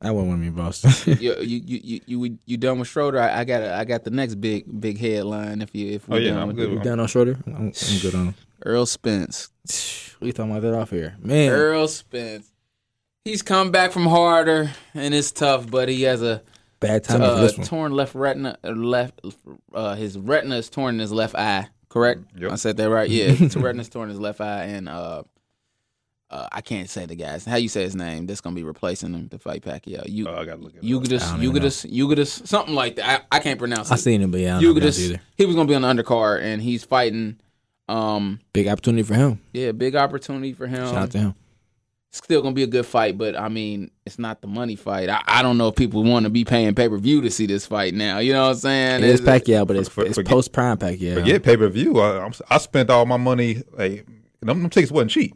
Speaker 3: I wouldn't want to be in Boston.
Speaker 5: you, you you you you you done with Schroeder? I, I got a, I got the next big big headline. If you if
Speaker 4: oh
Speaker 5: we're
Speaker 4: yeah,
Speaker 5: done
Speaker 4: I'm
Speaker 5: with
Speaker 4: good.
Speaker 5: it.
Speaker 3: you
Speaker 4: With him.
Speaker 3: down on Schroeder? I'm, I'm good on him.
Speaker 5: Earl Spence.
Speaker 3: We talking about that off here, man.
Speaker 5: Earl Spence. He's come back from harder and it's tough, but he has a
Speaker 3: Bad timing for
Speaker 5: uh,
Speaker 3: this one.
Speaker 5: torn left retina. uh, Left uh, his retina is torn in his left eye. Correct.
Speaker 4: Yep.
Speaker 5: I said that right. Yeah, his retina is torn in his left eye, and uh, uh, I can't say the guy's how you say his name. That's gonna be replacing him to fight Pacquiao.
Speaker 3: Uh,
Speaker 5: You.
Speaker 4: Oh, I gotta look at it.
Speaker 5: Eugetus,
Speaker 3: I don't even know.
Speaker 5: Eugetus, Eugetus, something like that. I, I can't pronounce
Speaker 3: I
Speaker 5: it.
Speaker 3: seen him, but yeah, I don't know about it
Speaker 5: Eugetus,
Speaker 3: either.
Speaker 5: he was gonna be on the undercard, and he's fighting. Um,
Speaker 3: Big opportunity for him.
Speaker 5: yeah, big opportunity for him.
Speaker 3: Shout out to him.
Speaker 5: Still gonna be a good fight, but I mean, it's not the money fight. I, I don't know if people want to be paying pay per view to see this fight now. You know what I'm saying?
Speaker 3: It is
Speaker 5: It's- uh,
Speaker 3: Pacquiao, but it's,
Speaker 4: for-
Speaker 3: it's
Speaker 4: forget-
Speaker 3: post prime Pacquiao.
Speaker 4: Forget pay per view. I, I'm- I spent all my money. Like them, them tickets wasn't cheap.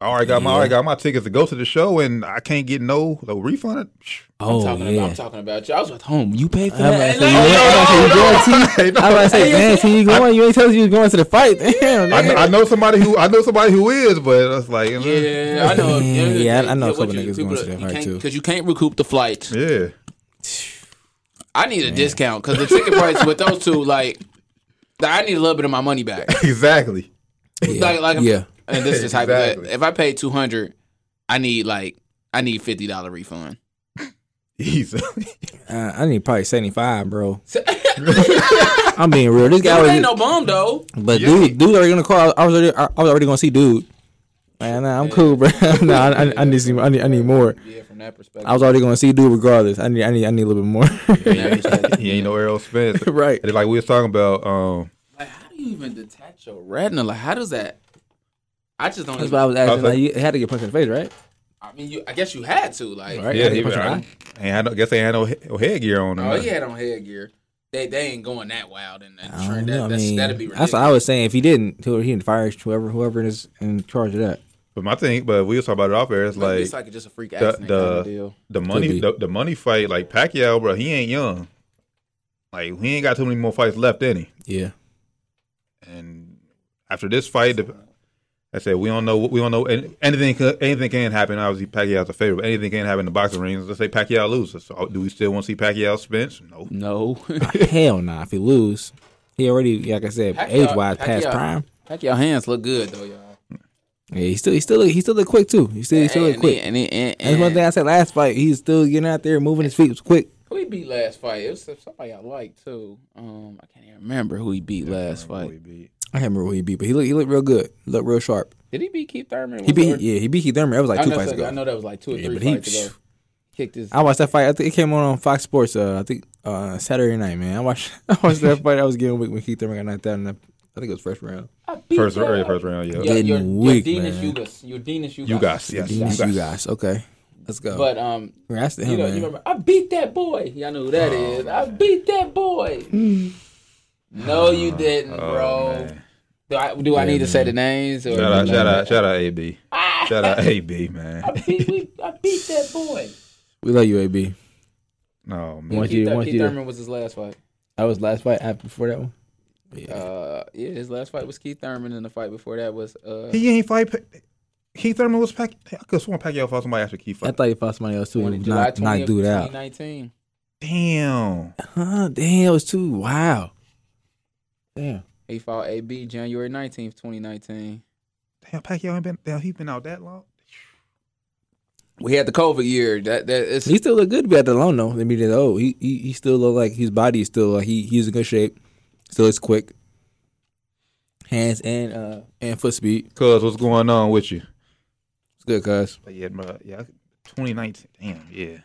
Speaker 4: I already got my I already got my tickets to go to the show, and I can't get no no refund. Psh.
Speaker 5: I'm,
Speaker 3: Oh
Speaker 5: talking
Speaker 3: yeah.
Speaker 5: about, I'm talking about you. I was at home. You paid for
Speaker 3: I'm about
Speaker 5: that?
Speaker 3: to say, you guaranteed- I'm about to say, damn, see you going. You ain't telling you was going to the fight. Damn,
Speaker 4: I, kn-
Speaker 3: nigga.
Speaker 4: I know somebody who I know somebody who is, but it's like you know,
Speaker 5: yeah, I know.
Speaker 3: Yeah, yeah, I- I know a
Speaker 5: what
Speaker 3: couple
Speaker 5: you-
Speaker 3: niggas
Speaker 5: people
Speaker 3: going to
Speaker 5: that-
Speaker 3: that
Speaker 5: you
Speaker 3: fight,
Speaker 5: can't-
Speaker 3: too.
Speaker 5: Cause you can't recoup the flight.
Speaker 4: yeah.
Speaker 5: I need a discount because the ticket price with those two, like, I need a little bit of my money back.
Speaker 4: exactly.
Speaker 3: yeah.
Speaker 5: like, like
Speaker 3: yeah.
Speaker 5: And this is how
Speaker 4: Exactly.
Speaker 5: if I pay two hundred, I need like I need fifty dollar refund.
Speaker 4: He's
Speaker 3: Uh, I need probably seventy five, bro. I'm being real. This guy
Speaker 5: Dude,
Speaker 3: was,
Speaker 5: ain't no bum though.
Speaker 3: but dude, dude already in the car. I was already, I was already gonna see dude. Man, nah, I'm cool, bro. nah, I, I, I need, some, I need, I need more.
Speaker 5: Yeah, from that perspective.
Speaker 3: I was already gonna see dude regardless. I need, I need, I need a little bit more.
Speaker 4: he ain't no Errol Spence,
Speaker 3: Right.
Speaker 4: And like we was talking about, um,
Speaker 5: like, how do you even detach your retina? Like, how does that? I just don't.
Speaker 3: That's
Speaker 5: Even,
Speaker 3: what I
Speaker 5: I,
Speaker 3: was asking.
Speaker 4: Okay.
Speaker 3: Like, you had to get punched in the face, right?
Speaker 5: mean, you. I guess you had to. Like,
Speaker 3: Right.
Speaker 4: yeah, he
Speaker 3: Punch
Speaker 4: was.
Speaker 3: him
Speaker 4: I,
Speaker 3: out.
Speaker 4: ain't had no, guess they had no, he- no headgear on. him.
Speaker 5: oh, he had on headgear. They they ain't going that wild in that.
Speaker 3: I
Speaker 5: trend.
Speaker 3: don't
Speaker 5: That,
Speaker 3: know. I
Speaker 5: that's,
Speaker 3: mean,
Speaker 5: that'd be ridiculous.
Speaker 3: that's what I was saying. If he didn't, who- he didn't fire whoever, whoever is in charge of that.
Speaker 4: But my thing, but we was talking about it off air. It's
Speaker 5: Like,
Speaker 4: like
Speaker 5: it's like just a freak
Speaker 4: the
Speaker 5: accident kind of
Speaker 4: the,
Speaker 5: deal.
Speaker 4: the
Speaker 3: Could be.
Speaker 4: money the, the money fight. Like Pacquiao, bro, he ain't young. Like he ain't got too many more fights left in him.
Speaker 3: Yeah.
Speaker 4: And after this fight, the, I said we don't know. We don't know an- anything. could- Anything can happen. Obviously, Pacquiao's a favorite. But anything can happen in the boxing rings. Let's say Pacquiao loses. So do we still want to see Pacquiao Spence? No.
Speaker 5: No,
Speaker 3: Hell nah. If he lose, he already like I said,
Speaker 5: Pacquiao-
Speaker 3: age wise, past
Speaker 5: Pacquiao-
Speaker 3: prime.
Speaker 5: heck, your hands look good though, y'all.
Speaker 3: Yeah, he still, he still, he still look quick too. He still, he still look
Speaker 5: And
Speaker 3: quick.
Speaker 5: he- and he- and-
Speaker 3: That's one
Speaker 5: and-
Speaker 3: thing I said last fight. He's still getting out there, moving his feet was quick.
Speaker 5: Who he beat last fight? It was somebody I liked too. Um, I can't even remember who he beat last fight.
Speaker 3: I can't remember who he beat, but he looked, he looked real good. He looked real sharp.
Speaker 5: Did he beat Keith Thurman?
Speaker 3: He beat, yeah, he beat Keith Thurman. That was like
Speaker 5: I
Speaker 3: two
Speaker 5: know,
Speaker 3: fights
Speaker 5: so- I
Speaker 3: ago.
Speaker 5: know that was like two or
Speaker 3: Yeah,
Speaker 5: three
Speaker 3: but he-
Speaker 5: fights ago. Kicked his.
Speaker 3: I watched that fight. I think it came on on Fox Sports. Uh, I think uh, Saturday night, man. I watched, I watched that fight. I was getting weak when Keith Thurman got knocked out, and I, I think it was first round.
Speaker 5: I beat
Speaker 4: First,
Speaker 5: your-
Speaker 4: early first round. Yeah.
Speaker 5: Your, your,
Speaker 3: Getting
Speaker 5: your
Speaker 3: weak,
Speaker 5: Dinas
Speaker 3: man.
Speaker 5: Yugas. Your Dinas Yugas.
Speaker 4: You guys. Yes.
Speaker 3: You,
Speaker 4: You
Speaker 3: guys.
Speaker 4: guys.
Speaker 3: okay, let's go.
Speaker 5: But um,
Speaker 3: Congrats to
Speaker 5: you
Speaker 3: him,
Speaker 5: know,
Speaker 3: man.
Speaker 5: you remember? I beat that boy. Y'all know who that
Speaker 4: Oh,
Speaker 5: is. I beat that boy. no, you didn't, bro.
Speaker 4: Oh, man.
Speaker 5: do I, do I need to say the names? Or
Speaker 4: Shout out, shout out, shout out, AB. Shout out, AB, man.
Speaker 5: Ah, I beat, we, I beat that boy.
Speaker 3: we love you, AB.
Speaker 4: No, man.
Speaker 3: Once you,
Speaker 5: Keith, Thur-
Speaker 3: once
Speaker 5: Keith
Speaker 3: you,
Speaker 5: Thurman was his last fight.
Speaker 3: that was last fight after before that one.
Speaker 5: Uh, yeah, his last fight was Keith Thurman, and the fight before that was uh,
Speaker 4: He ain't fight. Pa- Keith Thurman was Pac. I could have sworn Pacquiao fought somebody after Keith.
Speaker 3: I
Speaker 4: Fought.
Speaker 3: thought he fought somebody else too. He
Speaker 5: July
Speaker 3: knocked, knocked
Speaker 5: 20th,
Speaker 3: dude out.
Speaker 5: 2019.
Speaker 4: Damn.
Speaker 3: Huh? Damn, it was two. Wow. Damn.
Speaker 5: He fought AB January 19th, 2019.
Speaker 4: Damn, Pacquiao ain't been. Damn, he been out that long.
Speaker 5: We had the COVID year. That that is
Speaker 3: He still look good to be at the loan though. I mean, he's old. He, he he still look like his body is still like he he's in good shape. Still is quick. Hands and uh and foot speed.
Speaker 4: Cuz, what's going on with you?
Speaker 3: It's good, cuz.
Speaker 4: But yeah, bro, yeah, 2019. Damn, yeah.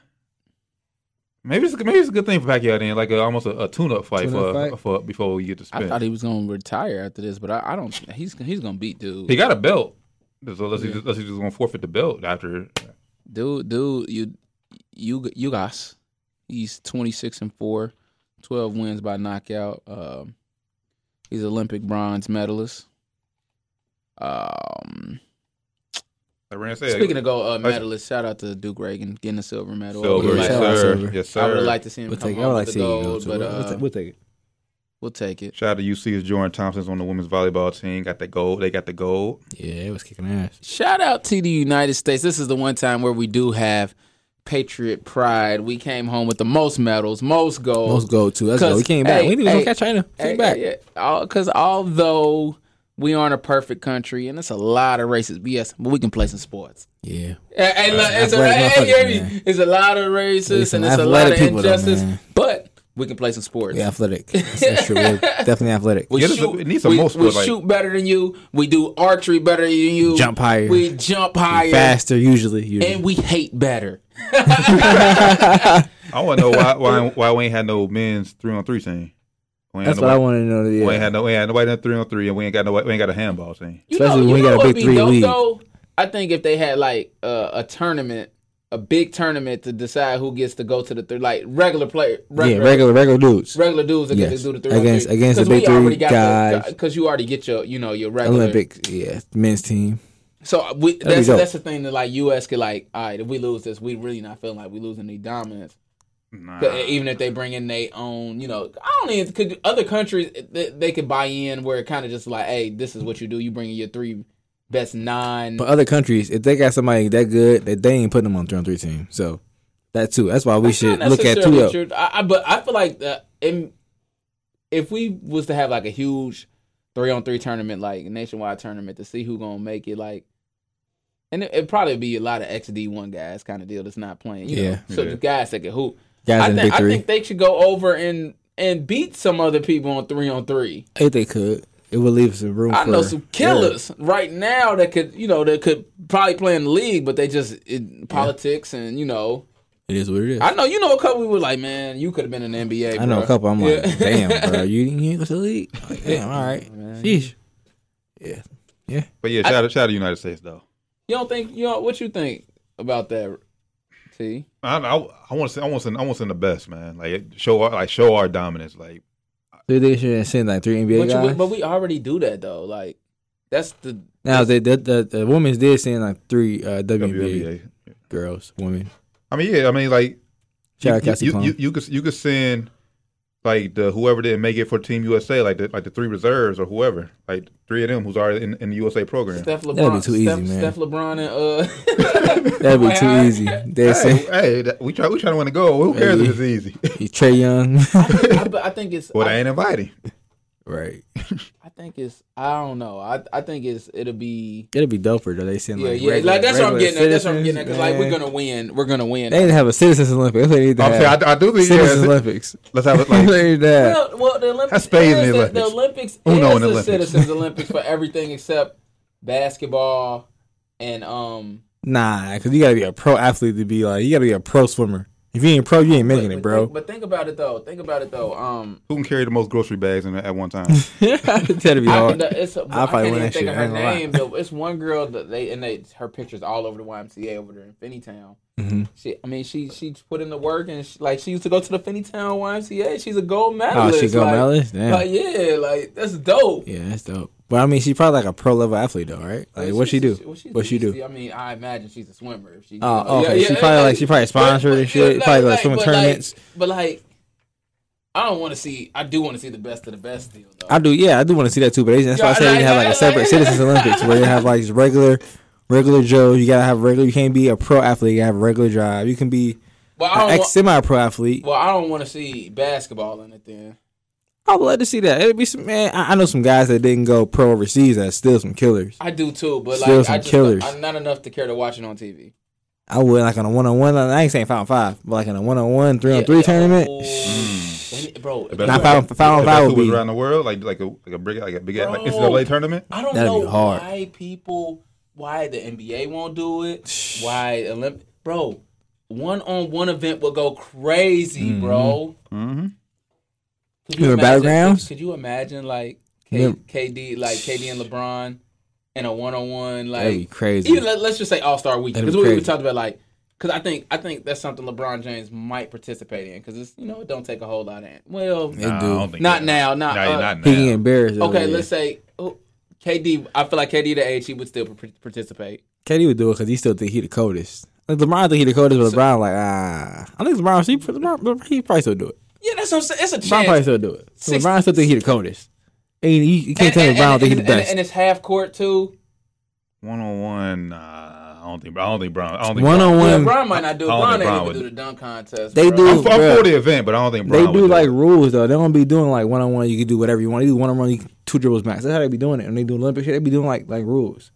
Speaker 4: Maybe it's maybe it's a good thing for Pacquiao then,
Speaker 6: uh,
Speaker 4: like a, almost a, a tune-up fight for,
Speaker 3: Tune-up fight?
Speaker 4: for before we get to
Speaker 5: I
Speaker 4: spin.
Speaker 5: thought he was gonna retire after this, but I, I don't. He's he's gonna beat dude.
Speaker 4: he got a belt.
Speaker 6: So unless he just, unless he's just gonna forfeit the belt after.
Speaker 5: dude, dude, you, you, you guys. He's 26 and four, 12 wins by knockout. Um, he's Olympic bronze medalist. Um,
Speaker 6: Like Rand said,
Speaker 5: speaking of gold uh,
Speaker 6: That's-
Speaker 5: medalists, shout out to Duke Reagan getting a silver medal. I
Speaker 6: silver,
Speaker 5: would
Speaker 3: Yeah,
Speaker 6: yes
Speaker 5: like-
Speaker 3: shout out
Speaker 6: sir,
Speaker 3: Silver.
Speaker 6: yes sir.
Speaker 5: I would like to see him
Speaker 3: We'll
Speaker 5: come
Speaker 3: take. I
Speaker 5: home
Speaker 3: would
Speaker 5: with
Speaker 3: like
Speaker 5: the
Speaker 3: to see you go
Speaker 5: gold,
Speaker 3: to.
Speaker 5: but
Speaker 3: We'll,
Speaker 5: uh,
Speaker 3: ta- we'll take it.
Speaker 5: we'll take it.
Speaker 6: Shout out to UC's Jordan Thompson's on the women's volleyball team. Got the gold. They got the gold.
Speaker 3: Yeah, it was kicking ass.
Speaker 5: Shout out to the United States. This is the one time where we do have patriot pride. We came home with the most medals, most gold. Eh,
Speaker 3: Most go to. Let's go. We
Speaker 5: Cause-
Speaker 3: came back.
Speaker 5: hey,
Speaker 3: we didn't even
Speaker 5: hey,
Speaker 3: catch China. We Came back.
Speaker 5: Because although we aren't a perfect country, and it's a lot of racist BS, but we can play some sports.
Speaker 3: Yeah.
Speaker 5: Hey, hey, look, Eh, it's, a,
Speaker 3: athletic
Speaker 5: hey, hey,
Speaker 3: motherfuckers,
Speaker 5: hey,
Speaker 3: man.
Speaker 5: it's a lot of racists
Speaker 3: some
Speaker 5: and it's a lot of
Speaker 3: athletic people, though,
Speaker 5: injustice,
Speaker 3: man.
Speaker 5: but we can play some sports.
Speaker 3: We athletic. That's, that's true. We're definitely athletic.
Speaker 5: We
Speaker 6: Yeah, this is-
Speaker 5: shoot,
Speaker 6: it needs some
Speaker 5: we,
Speaker 6: more
Speaker 5: we
Speaker 6: sport, like-
Speaker 5: shoot better than you. We do archery better than you.
Speaker 3: Jump higher.
Speaker 5: We jump higher.
Speaker 3: Faster usually. usually.
Speaker 5: And we hate better.
Speaker 6: I want to know why why why we ain't had no men's three on three team. We ain't
Speaker 3: That's
Speaker 6: had
Speaker 3: what I
Speaker 6: nobody-
Speaker 3: wanted to know. Yeah.
Speaker 6: We ain't had no we ain't had nobody in three on three, and we ain't got no we ain't got a handball team.
Speaker 5: You
Speaker 3: Especially when we got a
Speaker 5: what'd be
Speaker 3: big three
Speaker 5: dope,
Speaker 3: league.
Speaker 5: though? I think if they had like uh, a tournament, a big tournament to decide who gets to go to the three, like regular player,
Speaker 3: yeah,
Speaker 5: regular,
Speaker 3: regular regular dudes.
Speaker 5: regular dudes that get
Speaker 3: Yes.
Speaker 5: to do the three on
Speaker 3: Against-
Speaker 5: three.
Speaker 3: against the
Speaker 5: 'Cause we
Speaker 3: big three
Speaker 5: already got
Speaker 3: guys.
Speaker 5: because you already get your you know your regular
Speaker 3: Olympic. Yeah. Men's team.
Speaker 5: So uh, we, that's
Speaker 3: dope.
Speaker 5: that's the thing that like U.S. could like, all right, if we lose this, we really not feeling like we losing the dominance.
Speaker 6: Nah.
Speaker 3: eh,
Speaker 5: 'Cause Even if they bring in their own, you know, I don't even could other countries they, they could buy in where it kind of just like, hey, this is what you do. You bring in your three best nine.
Speaker 3: But other countries, if they got somebody that good, that they ain't putting them on three on three team. So that too. That's why we should
Speaker 5: Not
Speaker 3: look at
Speaker 5: necessarily
Speaker 3: two up.
Speaker 5: true. I, I, but I feel like the, in, if we was to have like a huge three on three tournament, like nationwide tournament, to see who gonna make it, like, and it, it'd probably be a lot of XD one guys kind of deal that's not playing. You
Speaker 3: Yeah.
Speaker 5: know? so
Speaker 6: Yeah.
Speaker 5: the guys that can hoop.
Speaker 3: Guys
Speaker 5: I
Speaker 3: in
Speaker 5: think
Speaker 3: big
Speaker 5: I
Speaker 3: three.
Speaker 5: think they should go over and and beat some other people on three on three.
Speaker 3: if they could, it would leave some room.
Speaker 5: I
Speaker 3: for,
Speaker 5: know some
Speaker 3: Yeah.
Speaker 5: killers right now that could you know that could probably play in the league, but they just it, politics and you know
Speaker 3: It is what it is.
Speaker 5: I know you know a couple. We were like, man, you could have been in the NBA.
Speaker 3: I know
Speaker 5: bro."
Speaker 3: a couple. I'm like,
Speaker 5: Yeah.
Speaker 3: damn, bro, you didn't go to the league. Like, damn, all right, sheesh. Yeah, yeah.
Speaker 6: But yeah, shout out shout out to the United States though.
Speaker 5: You don't think you know what you think about that? T.
Speaker 6: I I want to say I want to I want to the best man. Like show our like show our dominance. Like
Speaker 3: Three they should send like three NBA
Speaker 5: But, you-
Speaker 3: guys.
Speaker 5: but we already do that though. Like that's the
Speaker 3: now the the, the the women's did send like three uh,
Speaker 6: WNBA.
Speaker 3: WNBA, girls, women.
Speaker 6: I mean yeah, I mean like
Speaker 3: Shout out
Speaker 6: you,
Speaker 3: Cassie
Speaker 6: you-
Speaker 3: Plum.
Speaker 6: you, you could you could send like the whoever didn't make it for Team USA, like the like the three reserves or whoever, like three of them who's already in, in the USA program.
Speaker 5: Steph LeBron.
Speaker 3: That'd be too easy,
Speaker 5: Steph,
Speaker 3: man.
Speaker 5: Steph LeBron and uh.
Speaker 3: That'd be
Speaker 5: Wait,
Speaker 3: too
Speaker 5: I-
Speaker 3: easy. They
Speaker 6: Hey,
Speaker 3: send
Speaker 6: hey, that- we try we trying to win a goal. Who cares if it's easy?
Speaker 3: Trey Young.
Speaker 5: I, but I think it's.
Speaker 6: Well,
Speaker 5: I-
Speaker 6: they ain't inviting.
Speaker 3: right.
Speaker 5: I think it's. I don't know. I I think it's. It'll be.
Speaker 3: It'd be doper though. They send
Speaker 5: Yeah,
Speaker 3: like
Speaker 5: yeah.
Speaker 3: regular-
Speaker 5: like that's what I'm
Speaker 3: regular
Speaker 5: getting. at. That's what I'm getting. at,
Speaker 3: citizens,
Speaker 5: Cause like we're
Speaker 3: man.
Speaker 5: gonna win. We're gonna win.
Speaker 3: They didn't have a citizens Olympics. That's what they need to
Speaker 6: I'm saying
Speaker 3: have.
Speaker 6: I, I do think
Speaker 3: Citizens
Speaker 6: yeah,
Speaker 3: Olympics.
Speaker 6: let's have it
Speaker 3: They
Speaker 6: like
Speaker 3: need to have.
Speaker 5: Well, well, the Olympics.
Speaker 6: That's spades
Speaker 5: is
Speaker 6: in the
Speaker 5: a- the Olympics
Speaker 6: Uno
Speaker 5: is
Speaker 6: in the
Speaker 5: a
Speaker 6: Olympics.
Speaker 5: citizens Olympics for everything except basketball and um.
Speaker 3: Nah, because you gotta be a pro athlete to be like you gotta be a pro swimmer. If you ain't pro, you ain't making it,
Speaker 5: but
Speaker 3: bro.
Speaker 5: Think, but think about it though. Think about it though. Um,
Speaker 6: who can carry the most grocery bags in, at one time.
Speaker 3: That'd be
Speaker 5: I,
Speaker 3: hard.
Speaker 5: can- it's, I,
Speaker 3: probably
Speaker 5: can't
Speaker 3: win
Speaker 5: even
Speaker 3: that
Speaker 5: think
Speaker 3: shit,
Speaker 5: of
Speaker 3: I
Speaker 5: her
Speaker 3: ain't gonna lie.
Speaker 5: name though. It's one girl that they and they her pictures all over the YMCA over there in Finneytown.
Speaker 3: Mhm.
Speaker 5: She, I mean, she she put in the work and she, like she used to go to the Finneytown YMCA. She's a gold
Speaker 3: Oh,
Speaker 5: medalist.
Speaker 3: she go
Speaker 5: like,
Speaker 3: medalist? Damn.
Speaker 5: Like yeah, like that's dope.
Speaker 3: yeah, that's dope. But I mean, she probably like a pro level athlete though, right? Like, what she do?
Speaker 5: well, she's
Speaker 3: What she
Speaker 5: used
Speaker 3: do?
Speaker 5: to- I mean, I imagine she's a swimmer. If she,
Speaker 3: Oh,
Speaker 5: you know,
Speaker 3: okay. She probably, like, she probably sponsored and shit,
Speaker 5: yeah,
Speaker 3: probably, like, swimming
Speaker 5: but,
Speaker 3: tournaments.
Speaker 5: but like, I don't want to see. I do want to see the best of the best still. Though.
Speaker 3: I do. Yeah, I do want to see that too. But they- that's why I
Speaker 5: Yeah,
Speaker 3: said you
Speaker 5: like-
Speaker 3: have like a
Speaker 5: like-
Speaker 3: separate
Speaker 5: like-
Speaker 3: citizens Olympics where you have like just regular, regular Joe. You gotta have regular. You can't be a pro athlete. You gotta have regular job. You can be
Speaker 5: well, I
Speaker 3: an
Speaker 5: don't.
Speaker 3: ex
Speaker 5: wa-
Speaker 3: semi pro athlete.
Speaker 5: well, I don't want to see basketball in it then.
Speaker 3: I would love to see that. It'd be some man. I, I know some guys that didn't go pro overseas that's still some killers.
Speaker 5: I do too, but
Speaker 3: Still
Speaker 5: like,
Speaker 3: some
Speaker 5: I just
Speaker 3: killers.
Speaker 5: I'm not enough to care to watch it on TV.
Speaker 3: I would like on a one on one. I ain't saying five on five, but like in a one on one, three on
Speaker 5: Yeah,
Speaker 3: three
Speaker 5: yeah,
Speaker 3: tournament.
Speaker 5: oh, and- bro.
Speaker 6: Mm.
Speaker 5: if
Speaker 6: best
Speaker 5: you
Speaker 3: Nah,
Speaker 6: of
Speaker 5: ever-
Speaker 3: five on five, on
Speaker 6: If
Speaker 3: five
Speaker 6: that's
Speaker 3: would
Speaker 6: who was
Speaker 3: be.
Speaker 6: around the world, like like a like a big like a big like
Speaker 5: Bro.
Speaker 6: NCAA tournament.
Speaker 5: I don't
Speaker 3: That'd be
Speaker 5: know
Speaker 3: hard.
Speaker 5: why people, why the NBA won't do it, why Olymp, bro, one on one event will go crazy, bro.
Speaker 6: Mm-hmm.
Speaker 5: Could
Speaker 3: You remember
Speaker 5: imagine-
Speaker 3: battlegrounds?
Speaker 5: Could, could you imagine like K,
Speaker 3: Yeah.
Speaker 5: KD, like KD and LeBron in a one on one
Speaker 3: That'd be
Speaker 5: like
Speaker 3: crazy.
Speaker 5: even let, us just say All Star Week
Speaker 3: That'd
Speaker 5: because
Speaker 3: be
Speaker 5: we, we
Speaker 3: crazy.
Speaker 5: talked about like because I think I think that's something LeBron James might participate in because it's you know it don't take a whole lot of well
Speaker 3: It do.
Speaker 5: not now not,
Speaker 4: Nah,
Speaker 5: uh,
Speaker 4: not
Speaker 3: He can
Speaker 4: now.
Speaker 3: embarrass. it
Speaker 5: okay
Speaker 3: over
Speaker 5: let's
Speaker 3: there.
Speaker 5: say oh, KD I feel like KD to age he would still par- participate
Speaker 3: KD would do it because he still think he the coldest. Like LeBron think he the coldest, but LeBron like ah, I think LeBron he, LeBron he probably still do it.
Speaker 5: yeah that's what I'm saying it's a
Speaker 3: LeBron probably
Speaker 5: chance
Speaker 3: still do it. So
Speaker 5: Six-
Speaker 3: LeBron still think he the coldest. And you, you can't tell me LeBron don't think he's the
Speaker 5: and- and-
Speaker 3: best.
Speaker 5: and it's half court too
Speaker 4: One on one. Nah, I don't think. I don't think Brown. I don't think.
Speaker 3: One
Speaker 4: Brown-
Speaker 3: on
Speaker 5: Yeah,
Speaker 3: one,
Speaker 5: Brown might not do it.
Speaker 4: I don't
Speaker 5: Brown
Speaker 4: think
Speaker 5: ain't
Speaker 4: Bron
Speaker 5: even
Speaker 4: would.
Speaker 5: do the dunk contest.
Speaker 3: They
Speaker 5: bro.
Speaker 3: do.
Speaker 4: I'm, for- I'm
Speaker 3: Bruh.
Speaker 4: for the event, but I don't think Brown.
Speaker 3: they
Speaker 4: would
Speaker 3: do
Speaker 4: it.
Speaker 3: like rules though. They don't be doing like one on one. You can do whatever you want. You do one on one. You can two dribbles max. That's how they be doing it. And they do Olympic shit. They be doing like like rules.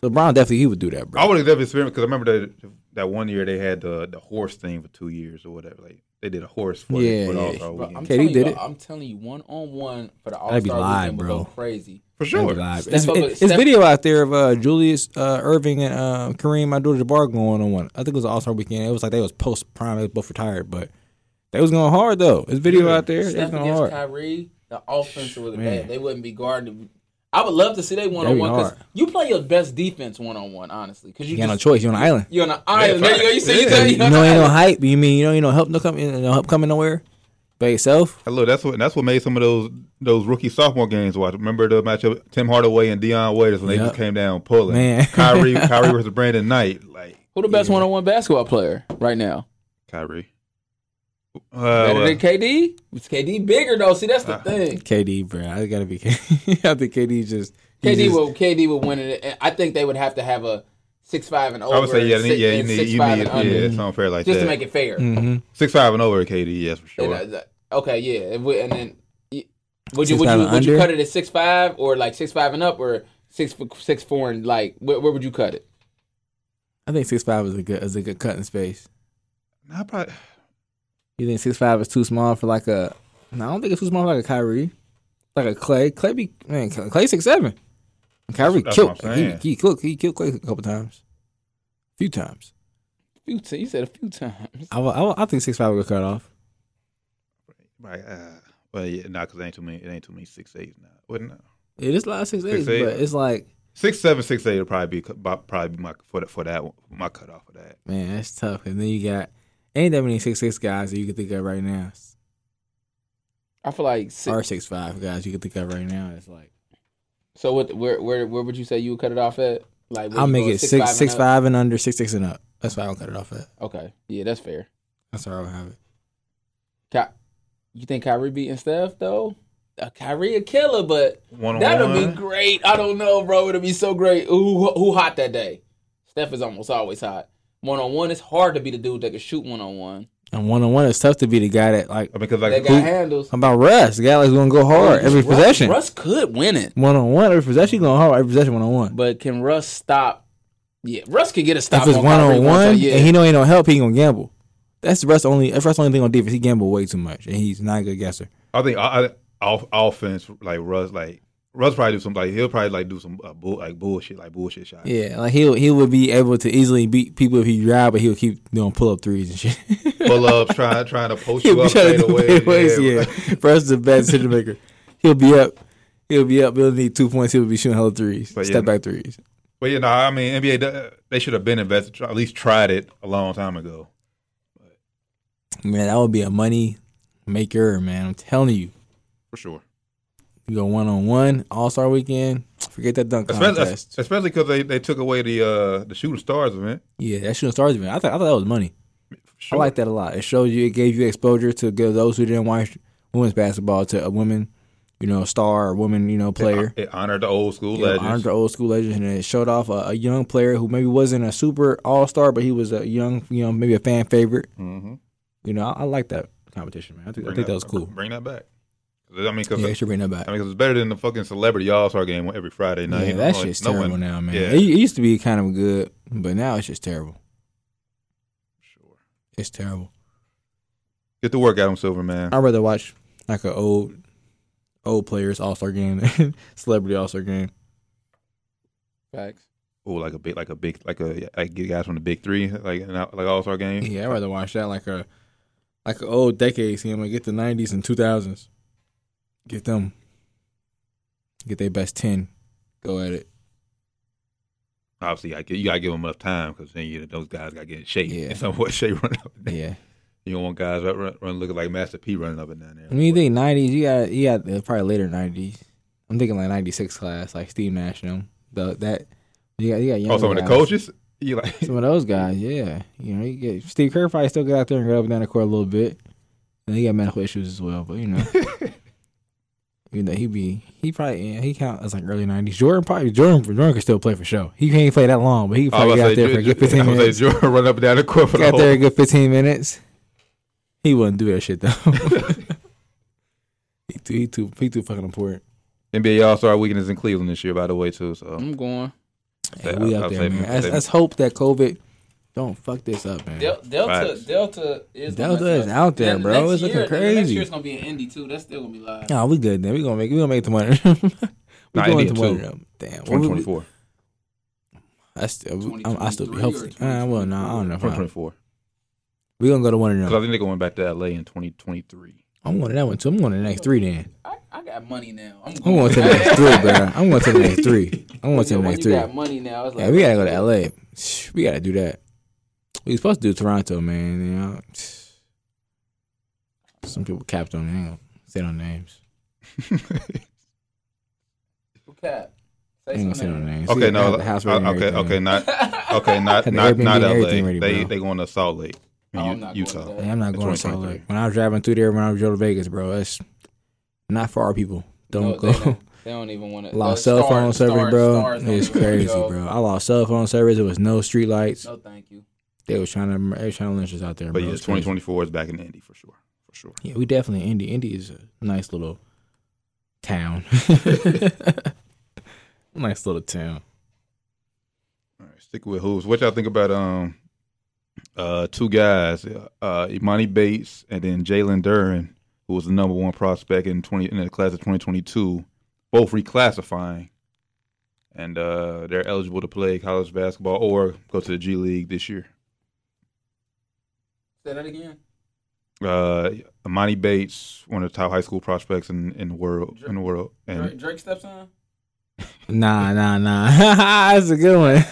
Speaker 3: So LeBron definitely he would do that, bro.
Speaker 4: I would have definitely experienced because I remember that that one year they had the the horse thing for two years or whatever. Like they did a horse for
Speaker 3: Yeah,
Speaker 4: for the
Speaker 3: yeah.
Speaker 4: All-Star
Speaker 5: Bro,
Speaker 4: weekend.
Speaker 5: I'm
Speaker 3: KD
Speaker 5: telling you,
Speaker 3: did it.
Speaker 5: I'm telling you, one on one for the All
Speaker 3: That'd be
Speaker 5: Star
Speaker 3: live,
Speaker 5: weekend would
Speaker 3: bro.
Speaker 5: go crazy.
Speaker 4: for
Speaker 3: That'd be
Speaker 4: sure.
Speaker 3: live.
Speaker 5: Steph
Speaker 3: It's,
Speaker 5: Curry-
Speaker 3: it, it's
Speaker 5: Steph-
Speaker 3: video out there of uh, Julius uh, Irving and uh, Kareem Abdul-Jabbar going on one. I think it was All Star Weekend. It was like they was post prime. They was both retired, but they was going hard though. It's video out there. They was
Speaker 5: Steph
Speaker 3: going
Speaker 5: against
Speaker 3: hard.
Speaker 5: Kyrie, the offense was
Speaker 3: Man.
Speaker 5: bad. They wouldn't be guarded. I would love to see they one on one because
Speaker 3: hard.
Speaker 5: you play your best defense one on one, honestly. Because you
Speaker 3: You got no
Speaker 5: just-
Speaker 3: choice. You on an island.
Speaker 5: You're on an island. There you go. You see, you
Speaker 4: Yeah.
Speaker 5: tell
Speaker 3: You
Speaker 5: you
Speaker 3: know,
Speaker 5: on an
Speaker 3: ain't no
Speaker 5: island.
Speaker 3: hype. You mean you know, you know, help no coming, you know, help coming nowhere by yourself.
Speaker 4: Look, that's what that's what made some of those those rookie sophomore games. Watch, remember the matchup Tim Hardaway and Deion Waiters when they
Speaker 3: Yep.
Speaker 4: just came down pulling.
Speaker 3: Man.
Speaker 4: Kyrie, Kyrie versus Brandon Knight. Like
Speaker 5: Who the best one on one basketball player right now?
Speaker 4: Kyrie. Uh,
Speaker 5: Better
Speaker 4: well,
Speaker 5: than KD? It's KD bigger though. See, that's the
Speaker 4: Uh,
Speaker 5: thing.
Speaker 3: KD, bro, I gotta be. KD. I think KD just he
Speaker 5: KD
Speaker 3: just-
Speaker 5: will KD would win it. And I think they would have to have a six five and over.
Speaker 4: I would say yeah,
Speaker 5: and
Speaker 4: you need-
Speaker 5: six-
Speaker 4: yeah, you
Speaker 5: and
Speaker 4: need
Speaker 5: six,
Speaker 4: you
Speaker 5: five
Speaker 4: need
Speaker 5: and under,
Speaker 4: yeah, something fair like
Speaker 5: just
Speaker 4: that.
Speaker 5: to make it fair.
Speaker 3: Mhm.
Speaker 4: Six five and over, KD. Yes, for
Speaker 5: And,
Speaker 4: sure.
Speaker 5: uh, th- okay, yeah. And, we- and then y- would you
Speaker 3: Six
Speaker 5: would
Speaker 3: five
Speaker 5: you
Speaker 3: and
Speaker 5: would you
Speaker 3: under?
Speaker 5: cut it at six five or like six five and up or six f- six four and like where, where would you cut it?
Speaker 3: I think six five is a good is a good cut in space.
Speaker 4: Nah, probably-
Speaker 3: You think six five is too small for like a? No, I don't think it's too small for like a Kyrie, like a Clay. Clay be man, Clay six seven. Kyrie
Speaker 4: That's- that's
Speaker 3: killed.
Speaker 4: what I'm saying.
Speaker 3: He, he killed. He killed Clay a couple times, a few times.
Speaker 5: Few t- you said a few times.
Speaker 3: I, wa- I, wa- I think six five would cut off.
Speaker 4: Right. Uh, well, yeah, nah, because ain't too many. It ain't too many six eights now. Wouldn't it?
Speaker 3: It is like six eight,
Speaker 4: 6'8".
Speaker 3: but it's like
Speaker 4: six seven six eight would probably be cu- bo- probably be my for that for that one, my cutoff for that.
Speaker 3: man, that's tough. And then you got ain't that many six six guys that you can think of right now,
Speaker 5: I feel like six,
Speaker 3: or six five guys you can think of right now. It's like
Speaker 5: so. What where where where would you say you would cut it off at? Like would
Speaker 3: I'll
Speaker 5: you
Speaker 3: make
Speaker 5: go
Speaker 3: it six
Speaker 5: and
Speaker 3: six
Speaker 5: up?
Speaker 3: five and under, six six and up. That's why I'll cut it off at.
Speaker 5: Okay, yeah, that's fair.
Speaker 3: That's where I'll have it.
Speaker 5: Ky- you think Kyrie beating Steph though? Uh, Kyrie a killer, but
Speaker 4: One
Speaker 5: that'll
Speaker 4: on
Speaker 5: be
Speaker 4: one.
Speaker 5: great. I don't know, bro. It'll be so great. Ooh, who- who hot that day? Steph is almost always hot. One on one, it's hard to be the dude that can shoot one on one.
Speaker 3: And one on one, it's tough to be the guy that like
Speaker 4: I mean, because
Speaker 5: That
Speaker 4: like
Speaker 5: guy
Speaker 4: who,
Speaker 5: handles.
Speaker 3: How about Russ? The guy that's gonna go hard every
Speaker 5: Russ,
Speaker 3: possession.
Speaker 5: Russ could win it,
Speaker 3: One on one, every possession he going hard, every possession one on one.
Speaker 5: but can Russ stop? Yeah, Russ can get a stop.
Speaker 3: If it's
Speaker 5: on
Speaker 3: one
Speaker 5: Kyrie
Speaker 3: on
Speaker 5: once, uh,
Speaker 3: one
Speaker 5: yeah.
Speaker 3: and he know ain't no help, he gonna gamble. That's Russ only that's Russ only thing on defense. He gamble way too much and he's not a good guesser.
Speaker 4: I think I, I, off, offense like Russ like Russ probably do some like he'll probably like do some uh, bull, like bullshit like bullshit shot.
Speaker 3: Yeah, like he he would be able to easily beat people if he drive, but he'll keep doing pull up threes and shit.
Speaker 4: Pull up, trying trying to post
Speaker 3: he'll
Speaker 4: you
Speaker 3: be
Speaker 4: up,
Speaker 3: trying to
Speaker 4: fade
Speaker 3: do
Speaker 4: away.
Speaker 3: fadeaways,
Speaker 4: Yeah.
Speaker 3: Yeah, Russ is a bad decision maker. He'll be up. He'll be up. He'll need two points. He'll be shooting hella threes,
Speaker 4: But yeah.
Speaker 3: step back threes.
Speaker 4: But you know, I mean, NBA do- they should have been invested, tr- at least tried it a long time ago.
Speaker 3: Man, that would be a money maker, man. I'm telling you.
Speaker 4: For sure.
Speaker 3: You go one on one, All Star Weekend. Forget that dunk
Speaker 4: Especially
Speaker 3: contest.
Speaker 4: especially because they, they took away the uh the shooting stars event.
Speaker 3: yeah, that shooting stars event. I thought I thought that was money.
Speaker 4: For sure.
Speaker 3: I like that a lot. It showed you, it gave you exposure to give those who didn't watch women's basketball to a woman, you know, star or woman, you know, player.
Speaker 4: It honored the old school
Speaker 3: You know,
Speaker 4: legends.
Speaker 3: honored the old school legends, and it showed off a, a young player who maybe wasn't a super all star, but he was a young, you know, maybe a fan favorite.
Speaker 4: Mhm.
Speaker 3: You know, I, I like that competition, man. I think, I
Speaker 4: Bring
Speaker 3: think that was cool.
Speaker 4: Bring that back. 'Cause I mean, 'cause
Speaker 3: Yeah, they should bring that back.
Speaker 4: I mean, 'cause it's better than the fucking celebrity all star game every Friday night.
Speaker 3: yeah,
Speaker 4: You know,
Speaker 3: that
Speaker 4: like,
Speaker 3: shit's
Speaker 4: no one-
Speaker 3: terrible now, man.
Speaker 4: Yeah.
Speaker 3: It, it used to be kind of good, but now it's just terrible.
Speaker 4: Sure.
Speaker 3: It's terrible.
Speaker 4: Get to work, Adam Silver, man.
Speaker 3: I'd rather watch like an old old players All Star game than celebrity All Star game.
Speaker 5: Facts.
Speaker 4: Oh, like a big, like a big, like a like get guys from the big three, like an out- like all star game.
Speaker 3: Yeah, I'd rather watch that like a like an old decade game. Like get the nineties and two thousands. Get them. Get their best ten. Go at it.
Speaker 4: obviously I get, you gotta give them enough time because then you know, those guys gotta get in shape
Speaker 3: Yeah.
Speaker 4: in some way, shape running up and down.
Speaker 3: Yeah.
Speaker 4: You don't want guys run, run, run looking like Master P running up and down there.
Speaker 3: When you think nineties, you got you got uh, probably later nineties. I'm thinking like ninety six class, like Steve Nash and them. The that you got you got younger
Speaker 4: oh, some of the
Speaker 3: guys.
Speaker 4: coaches, you like
Speaker 3: Some of those guys, yeah. You know, you get Steve Kerr probably still get out there and go up and down the court a little bit. And he got medical issues as well, but you know. you know, he be he probably yeah, he count as like early nineties. Jordan probably Jordan Jordan can still play for sure. He can't play that long, but he can
Speaker 4: I
Speaker 3: probably
Speaker 4: was
Speaker 3: get
Speaker 4: about
Speaker 3: out there
Speaker 4: to
Speaker 3: for a
Speaker 4: say, Ju-
Speaker 3: good
Speaker 4: Ju-
Speaker 3: fifteen
Speaker 4: I was about to
Speaker 3: minutes.
Speaker 4: say Jordan run up and down the court for the
Speaker 3: Got
Speaker 4: whole.
Speaker 3: there a good 15 minutes. He wouldn't do that shit though. he too, he too, he too fucking important.
Speaker 4: NBA All Star Weekend is in Cleveland this year, by the way,
Speaker 3: Mm.
Speaker 4: too. So
Speaker 5: I'm going.
Speaker 3: Hey,
Speaker 4: Yeah,
Speaker 3: we
Speaker 4: I-
Speaker 3: out
Speaker 4: I
Speaker 3: there,
Speaker 4: say-
Speaker 3: man.
Speaker 4: I
Speaker 3: Let's,
Speaker 4: say-
Speaker 3: let's hope that COVID don't fuck this up, man.
Speaker 5: Del- Delta,
Speaker 4: Facts.
Speaker 5: Delta is
Speaker 3: Delta
Speaker 5: gonna mess
Speaker 3: is
Speaker 5: up.
Speaker 3: out there,
Speaker 5: Ne-
Speaker 3: bro.
Speaker 5: next
Speaker 3: It's looking
Speaker 5: year- Next
Speaker 3: crazy.
Speaker 5: year's gonna be in Indy too. That's still gonna be live.
Speaker 3: No, we good. Then we gonna make we gonna make the money. we
Speaker 4: Nah,
Speaker 3: going
Speaker 4: India
Speaker 3: to one
Speaker 4: too.
Speaker 3: of them. Damn,
Speaker 4: twenty twenty
Speaker 3: we- we-
Speaker 4: four.
Speaker 3: I still, I'm, I still be
Speaker 5: 2023
Speaker 3: hopefully.
Speaker 5: or
Speaker 3: Uh, well, no, I don't know. if
Speaker 4: Twenty
Speaker 3: I-
Speaker 4: twenty four.
Speaker 3: We gonna go to one of
Speaker 4: Because I
Speaker 3: them.
Speaker 4: think they're going back to LA in twenty twenty three.
Speaker 3: I'm going to that one too. I'm going to the next three. Then
Speaker 5: I, I got money now. I'm
Speaker 3: I'm going to the next three, bro. I'm going to the next three. I'm going to the
Speaker 5: When
Speaker 3: next
Speaker 5: you
Speaker 3: three.
Speaker 5: got money now. It's like,
Speaker 3: Yeah, we gotta go to LA. Shh, We gotta do that. We supposed to do Toronto, man. You know, some people capped on me. Say no names.
Speaker 5: Cap.
Speaker 3: I
Speaker 5: Say
Speaker 3: ain't gonna say no
Speaker 5: something.
Speaker 3: names.
Speaker 4: Okay,
Speaker 3: See, I
Speaker 4: no,
Speaker 3: had the house
Speaker 4: I-
Speaker 3: ready and
Speaker 4: okay,
Speaker 3: everything.
Speaker 4: okay, not okay, not
Speaker 3: Had the
Speaker 4: not
Speaker 3: Airbnb
Speaker 4: not
Speaker 3: and
Speaker 4: LA.
Speaker 3: everything ready,
Speaker 4: they
Speaker 3: bro.
Speaker 4: they going to Salt Lake,
Speaker 5: No, Oh, I'm
Speaker 4: U-
Speaker 5: not going
Speaker 4: Utah.
Speaker 5: to that.
Speaker 3: Hey, I'm not
Speaker 4: It's
Speaker 3: going so
Speaker 4: 2023.
Speaker 3: like when I was driving through there when I was going to Vegas, bro. That's not for our people. Don't
Speaker 5: No,
Speaker 3: go.
Speaker 5: They don't, they don't even want to.
Speaker 3: lost cell phone service, bro. it's crazy, bro. I lost cell phone service. There was no streetlights.
Speaker 5: No, thank you.
Speaker 3: They was trying to they was trying to lynch us out there,
Speaker 4: But
Speaker 3: bro.
Speaker 4: yeah,
Speaker 3: It's crazy.
Speaker 4: 2024 is back in Indy for sure, for sure.
Speaker 3: Yeah, we definitely Indy. Indy is a nice little town. nice little town.
Speaker 4: All right, stick with hoops. What y'all think about um uh two guys, uh Imani Bates and then Jalen Duran, who was the number one prospect in twenty in the class of 2022, both reclassifying, and uh they're eligible to play college basketball or go to the G League this year.
Speaker 5: Say that again.
Speaker 4: Uh, Imani Bates, one of the top high school prospects in, in the world, in the world,
Speaker 5: Drake,
Speaker 4: and
Speaker 5: Drake steps Oh, on.
Speaker 3: Nah, nah, nah. that's a good one.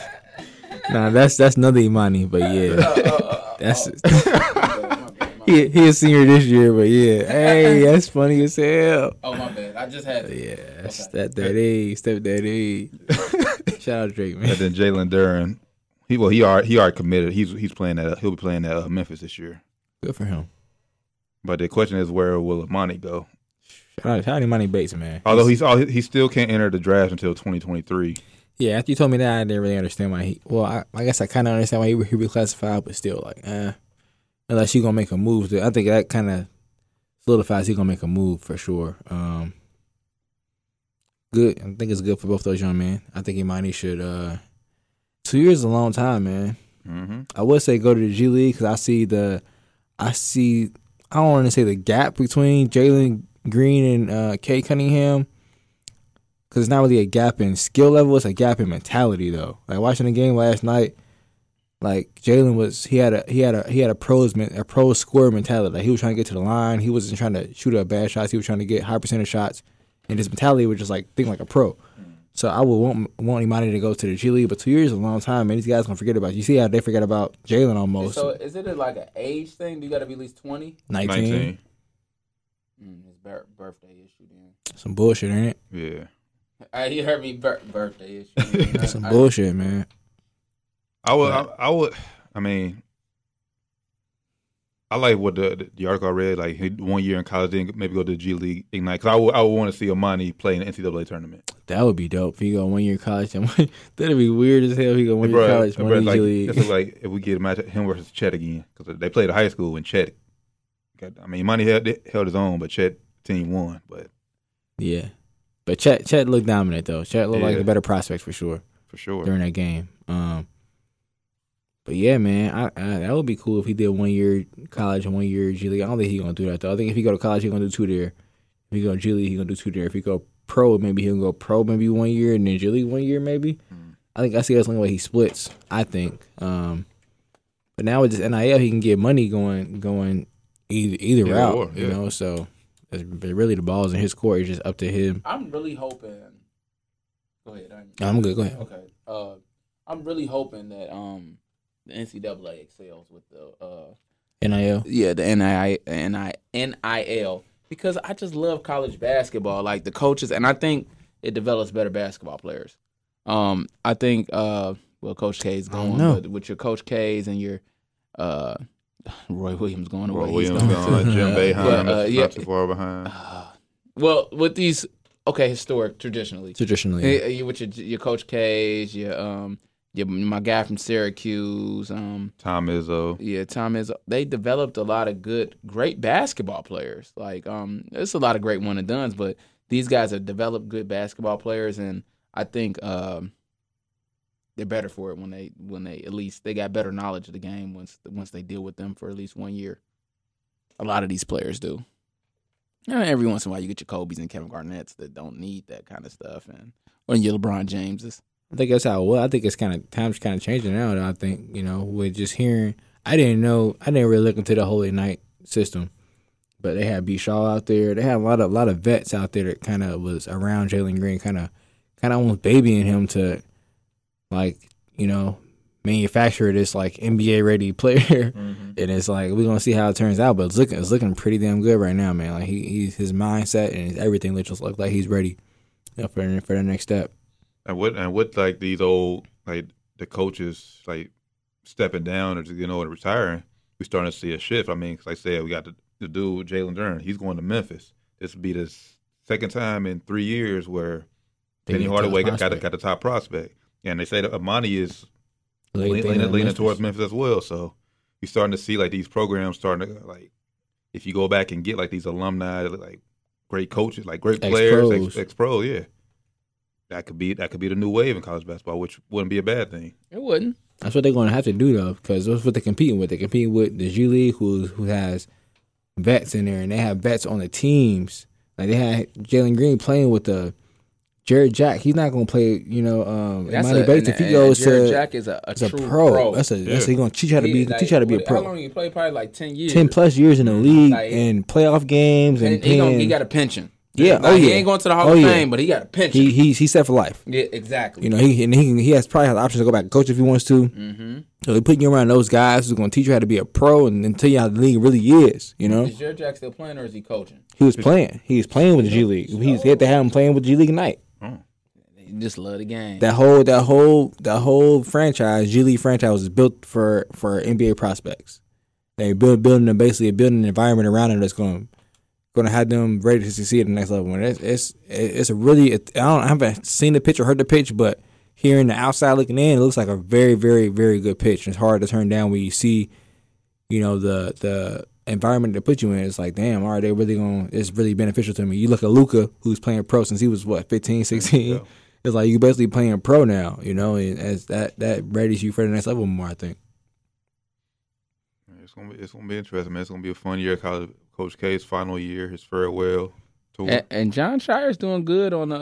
Speaker 3: Nah, that's that's another Imani, but yeah, that's he he a senior this year, but yeah, hey, that's funny as hell.
Speaker 5: Oh my bad. I just had. To.
Speaker 3: Yeah, step daddy, step daddy. Shout out Drake, man.
Speaker 4: and then Jalen Duran. He well, he already, he already committed. He's he's playing at he'll be playing at uh, Memphis this year.
Speaker 3: Good for him.
Speaker 4: But the question is, where will Imani go?
Speaker 3: Shout out, shout out Imani Bates, man.
Speaker 4: Although he's all, he still can't enter the draft until 2023.
Speaker 3: Yeah, after you told me that, I didn't really understand why he. Well, I, I guess I kind of understand why he, he reclassified, but still, like, eh. Unless you gonna make a move, to, I think that kind of solidifies he gonna make a move for sure. Um, good, I think it's good for both those young men. I think Imani should. uh Two years is a long time, man.
Speaker 4: Mm-hmm.
Speaker 3: I would say go to the G League because I see the, I see, I don't want to say the gap between Jalen Green and uh, Kay Cunningham because it's not really a gap in skill level; it's a gap in mentality, though. Like watching the game last night, like Jalen was he had a he had a he had a pros men- a pro scorer mentality. Like he was trying to get to the line, he wasn't trying to shoot up bad shots. He was trying to get high percentage shots, and his mentality was just like think like a pro. So I would want want Imani to go to the G League, but two years is a long time, and these guys gonna forget about you. See how they forget about Jalen almost
Speaker 5: So is it like an age thing? Do you got to be at least twenty?
Speaker 3: 19.
Speaker 4: 19.
Speaker 5: Mm, his bir- birthday issue then.
Speaker 3: Some bullshit, ain't it?
Speaker 4: Yeah.
Speaker 5: Uh, he heard me bir- birthday issue.
Speaker 3: That's some
Speaker 5: I- I-
Speaker 3: bullshit, man.
Speaker 4: I would. I, I would. I mean, I like what the the article I read. Like he- one year in college, then maybe go to the G League Ignite. Because I would. I would want to see Imani play in the NCAA tournament.
Speaker 3: That would be dope. If he go one year college, and one- that'd be weird as hell. If he go one year
Speaker 4: Bruh,
Speaker 3: college, one
Speaker 4: bruh,
Speaker 3: year
Speaker 4: like,
Speaker 3: G league.
Speaker 4: that's like if we get a match him versus Chet again because they played at high school and Chet. Got, I mean, Imani held, held his own, but Chet team won. But
Speaker 3: Yeah. But Chet Chet looked dominant though. Chet looked like
Speaker 4: Yeah.
Speaker 3: a better prospect for sure
Speaker 4: for sure,
Speaker 3: during that game. Um but yeah, man, I, I that would be cool if he did one year college and one year G League. I don't think he's gonna do that though. I think if he go to college, he's gonna do two there. If he go G League, he's gonna do two there. If he go pro, maybe he'll go pro maybe one year and then G League one year maybe.
Speaker 4: Hmm.
Speaker 3: I think I see that's the only way he splits. I think. Um But now with this NIL, he can get money going going either either
Speaker 4: Either
Speaker 3: route.
Speaker 4: or,
Speaker 3: You
Speaker 4: yeah.
Speaker 3: know, so it's really the balls in his court. It's just up to him.
Speaker 5: I'm really hoping. Go ahead. I-
Speaker 3: I'm good. Go ahead.
Speaker 5: Okay. Uh, I'm really hoping that um the NCAA excels with the uh
Speaker 3: NIL.
Speaker 5: yeah the NIL, NIL, NIL because I just love college basketball like the coaches and I think it develops better basketball players. Um, I think uh well Coach K is
Speaker 3: I don't
Speaker 5: going
Speaker 3: know.
Speaker 5: but with your Coach K's and your uh Roy Williams going away.
Speaker 4: Roy
Speaker 5: he's
Speaker 4: Williams,
Speaker 5: going to-
Speaker 4: gone, Jim Boeheim,
Speaker 5: But, uh,
Speaker 4: is
Speaker 5: yeah.
Speaker 4: not too far behind.
Speaker 5: well with these okay historic traditionally
Speaker 3: Traditionally,
Speaker 5: Yeah, you with your your Coach K's, your um, your my guy from Syracuse, um,
Speaker 4: Tom Izzo.
Speaker 5: yeah, Tom is. They developed a lot of good, great basketball players. Like um, there's a lot of great one and duns, but these guys have developed good basketball players, and I think um, they're better for it when they when they at least they got better knowledge of the game once once they deal with them for at least one year. A lot of these players do. And every once in a while, you get your Kobe's and Kevin Garnett's that don't need that kind of stuff, and or your LeBron Jameses.
Speaker 3: I think that's how. Well, I think it's kind of times kind of changing now. though. I think you know with just hearing. I didn't know. I didn't really look into the Holy Night system, but they had B Shaw out there. They had a lot of lot of vets out there that kind of was around Jalen Green, kind of kind of almost babying him to like you know manufacture this like NBA ready player. And it's like we're gonna see how it turns out, but it's looking it's looking pretty damn good right now, man. Like he he's, his mindset and his everything looks just look like he's ready you know, for for the next step.
Speaker 4: And what and what like these old like the coaches like stepping down or you know retiring, we starting to see a shift. I mean, 'cause like I said, we got the, the dude Jalen Dern. He's going to Memphis. This will be the s- second time in three years where
Speaker 3: They
Speaker 4: Penny
Speaker 3: get
Speaker 4: Hardaway got,
Speaker 3: top
Speaker 4: got, a,
Speaker 3: prospect.
Speaker 4: got a top prospect, and they say that Amani is
Speaker 3: Like,
Speaker 4: leaning,
Speaker 3: they
Speaker 4: leaning,
Speaker 3: know
Speaker 4: leaning
Speaker 3: Memphis.
Speaker 4: towards Memphis as well. So you're starting to see like these programs starting to like if you go back and get like these alumni like great coaches, like great players,
Speaker 3: Ex-pros.
Speaker 4: ex, ex-pro, yeah. That could be that could be the new wave in college basketball, which wouldn't be a bad thing.
Speaker 5: It wouldn't.
Speaker 3: That's what they're going to have to do though, because that's what they're competing with. They're competing with the G League, who who has vets in there, and they have vets on the teams. Like they had Jalen Green playing with the Jared Jack. He's not going to play, you know, um, Imani Bates if he goes
Speaker 5: Jared
Speaker 3: to
Speaker 5: Jack is a, a
Speaker 3: as a
Speaker 5: true
Speaker 3: pro.
Speaker 5: pro.
Speaker 3: That's a that's he's going to teach you how to
Speaker 5: He-
Speaker 3: be
Speaker 5: like,
Speaker 3: teach you how to be a
Speaker 5: what- How long
Speaker 3: pro.
Speaker 5: you play? Probably like ten years.
Speaker 3: Ten plus years in the league
Speaker 5: Like-
Speaker 3: and playoff games and,
Speaker 5: And he, gonna, he
Speaker 3: playing-
Speaker 5: got a pension.
Speaker 3: Yeah,
Speaker 5: Like,
Speaker 3: oh,
Speaker 5: he
Speaker 3: yeah.
Speaker 5: ain't going to the Hall
Speaker 3: Oh,
Speaker 5: of
Speaker 3: yeah.
Speaker 5: Fame, but he got a pension.
Speaker 3: he he's he's set for life.
Speaker 5: yeah, exactly.
Speaker 3: You know, he and he he has probably has the option to go back and coach if he wants to.
Speaker 5: mm-hmm.
Speaker 3: So they're putting you around those guys who's going to teach you how to be a pro and, and tell you how the league really is. You know,
Speaker 5: Is Jared Jack still playing or is he coaching?
Speaker 3: He was playing. He was playing with the G League. He's had to have him playing with G League Ignite.
Speaker 5: He just love the game.
Speaker 3: That whole that whole that whole franchise, G League franchise, is built for for NBA prospects. They build building a basically building an environment around them that's going going to have them ready to succeed at the next level. And it's it's it's a really I don't I haven't seen the pitch or heard the pitch, but hearing the outside looking in, it looks like a very very very good pitch. It's hard to turn down when you see you know the the environment they put you in it's like damn all right they really going it's really beneficial to me you look at luca who's playing pro since he was what 15 16 it's like you basically playing pro now you know and as that that readies you for the next level more i think
Speaker 4: It's gonna be it's gonna be interesting, man. It's gonna be a fun year. College Coach K's final year, his farewell tour.
Speaker 5: and, and John Shire's doing good on the.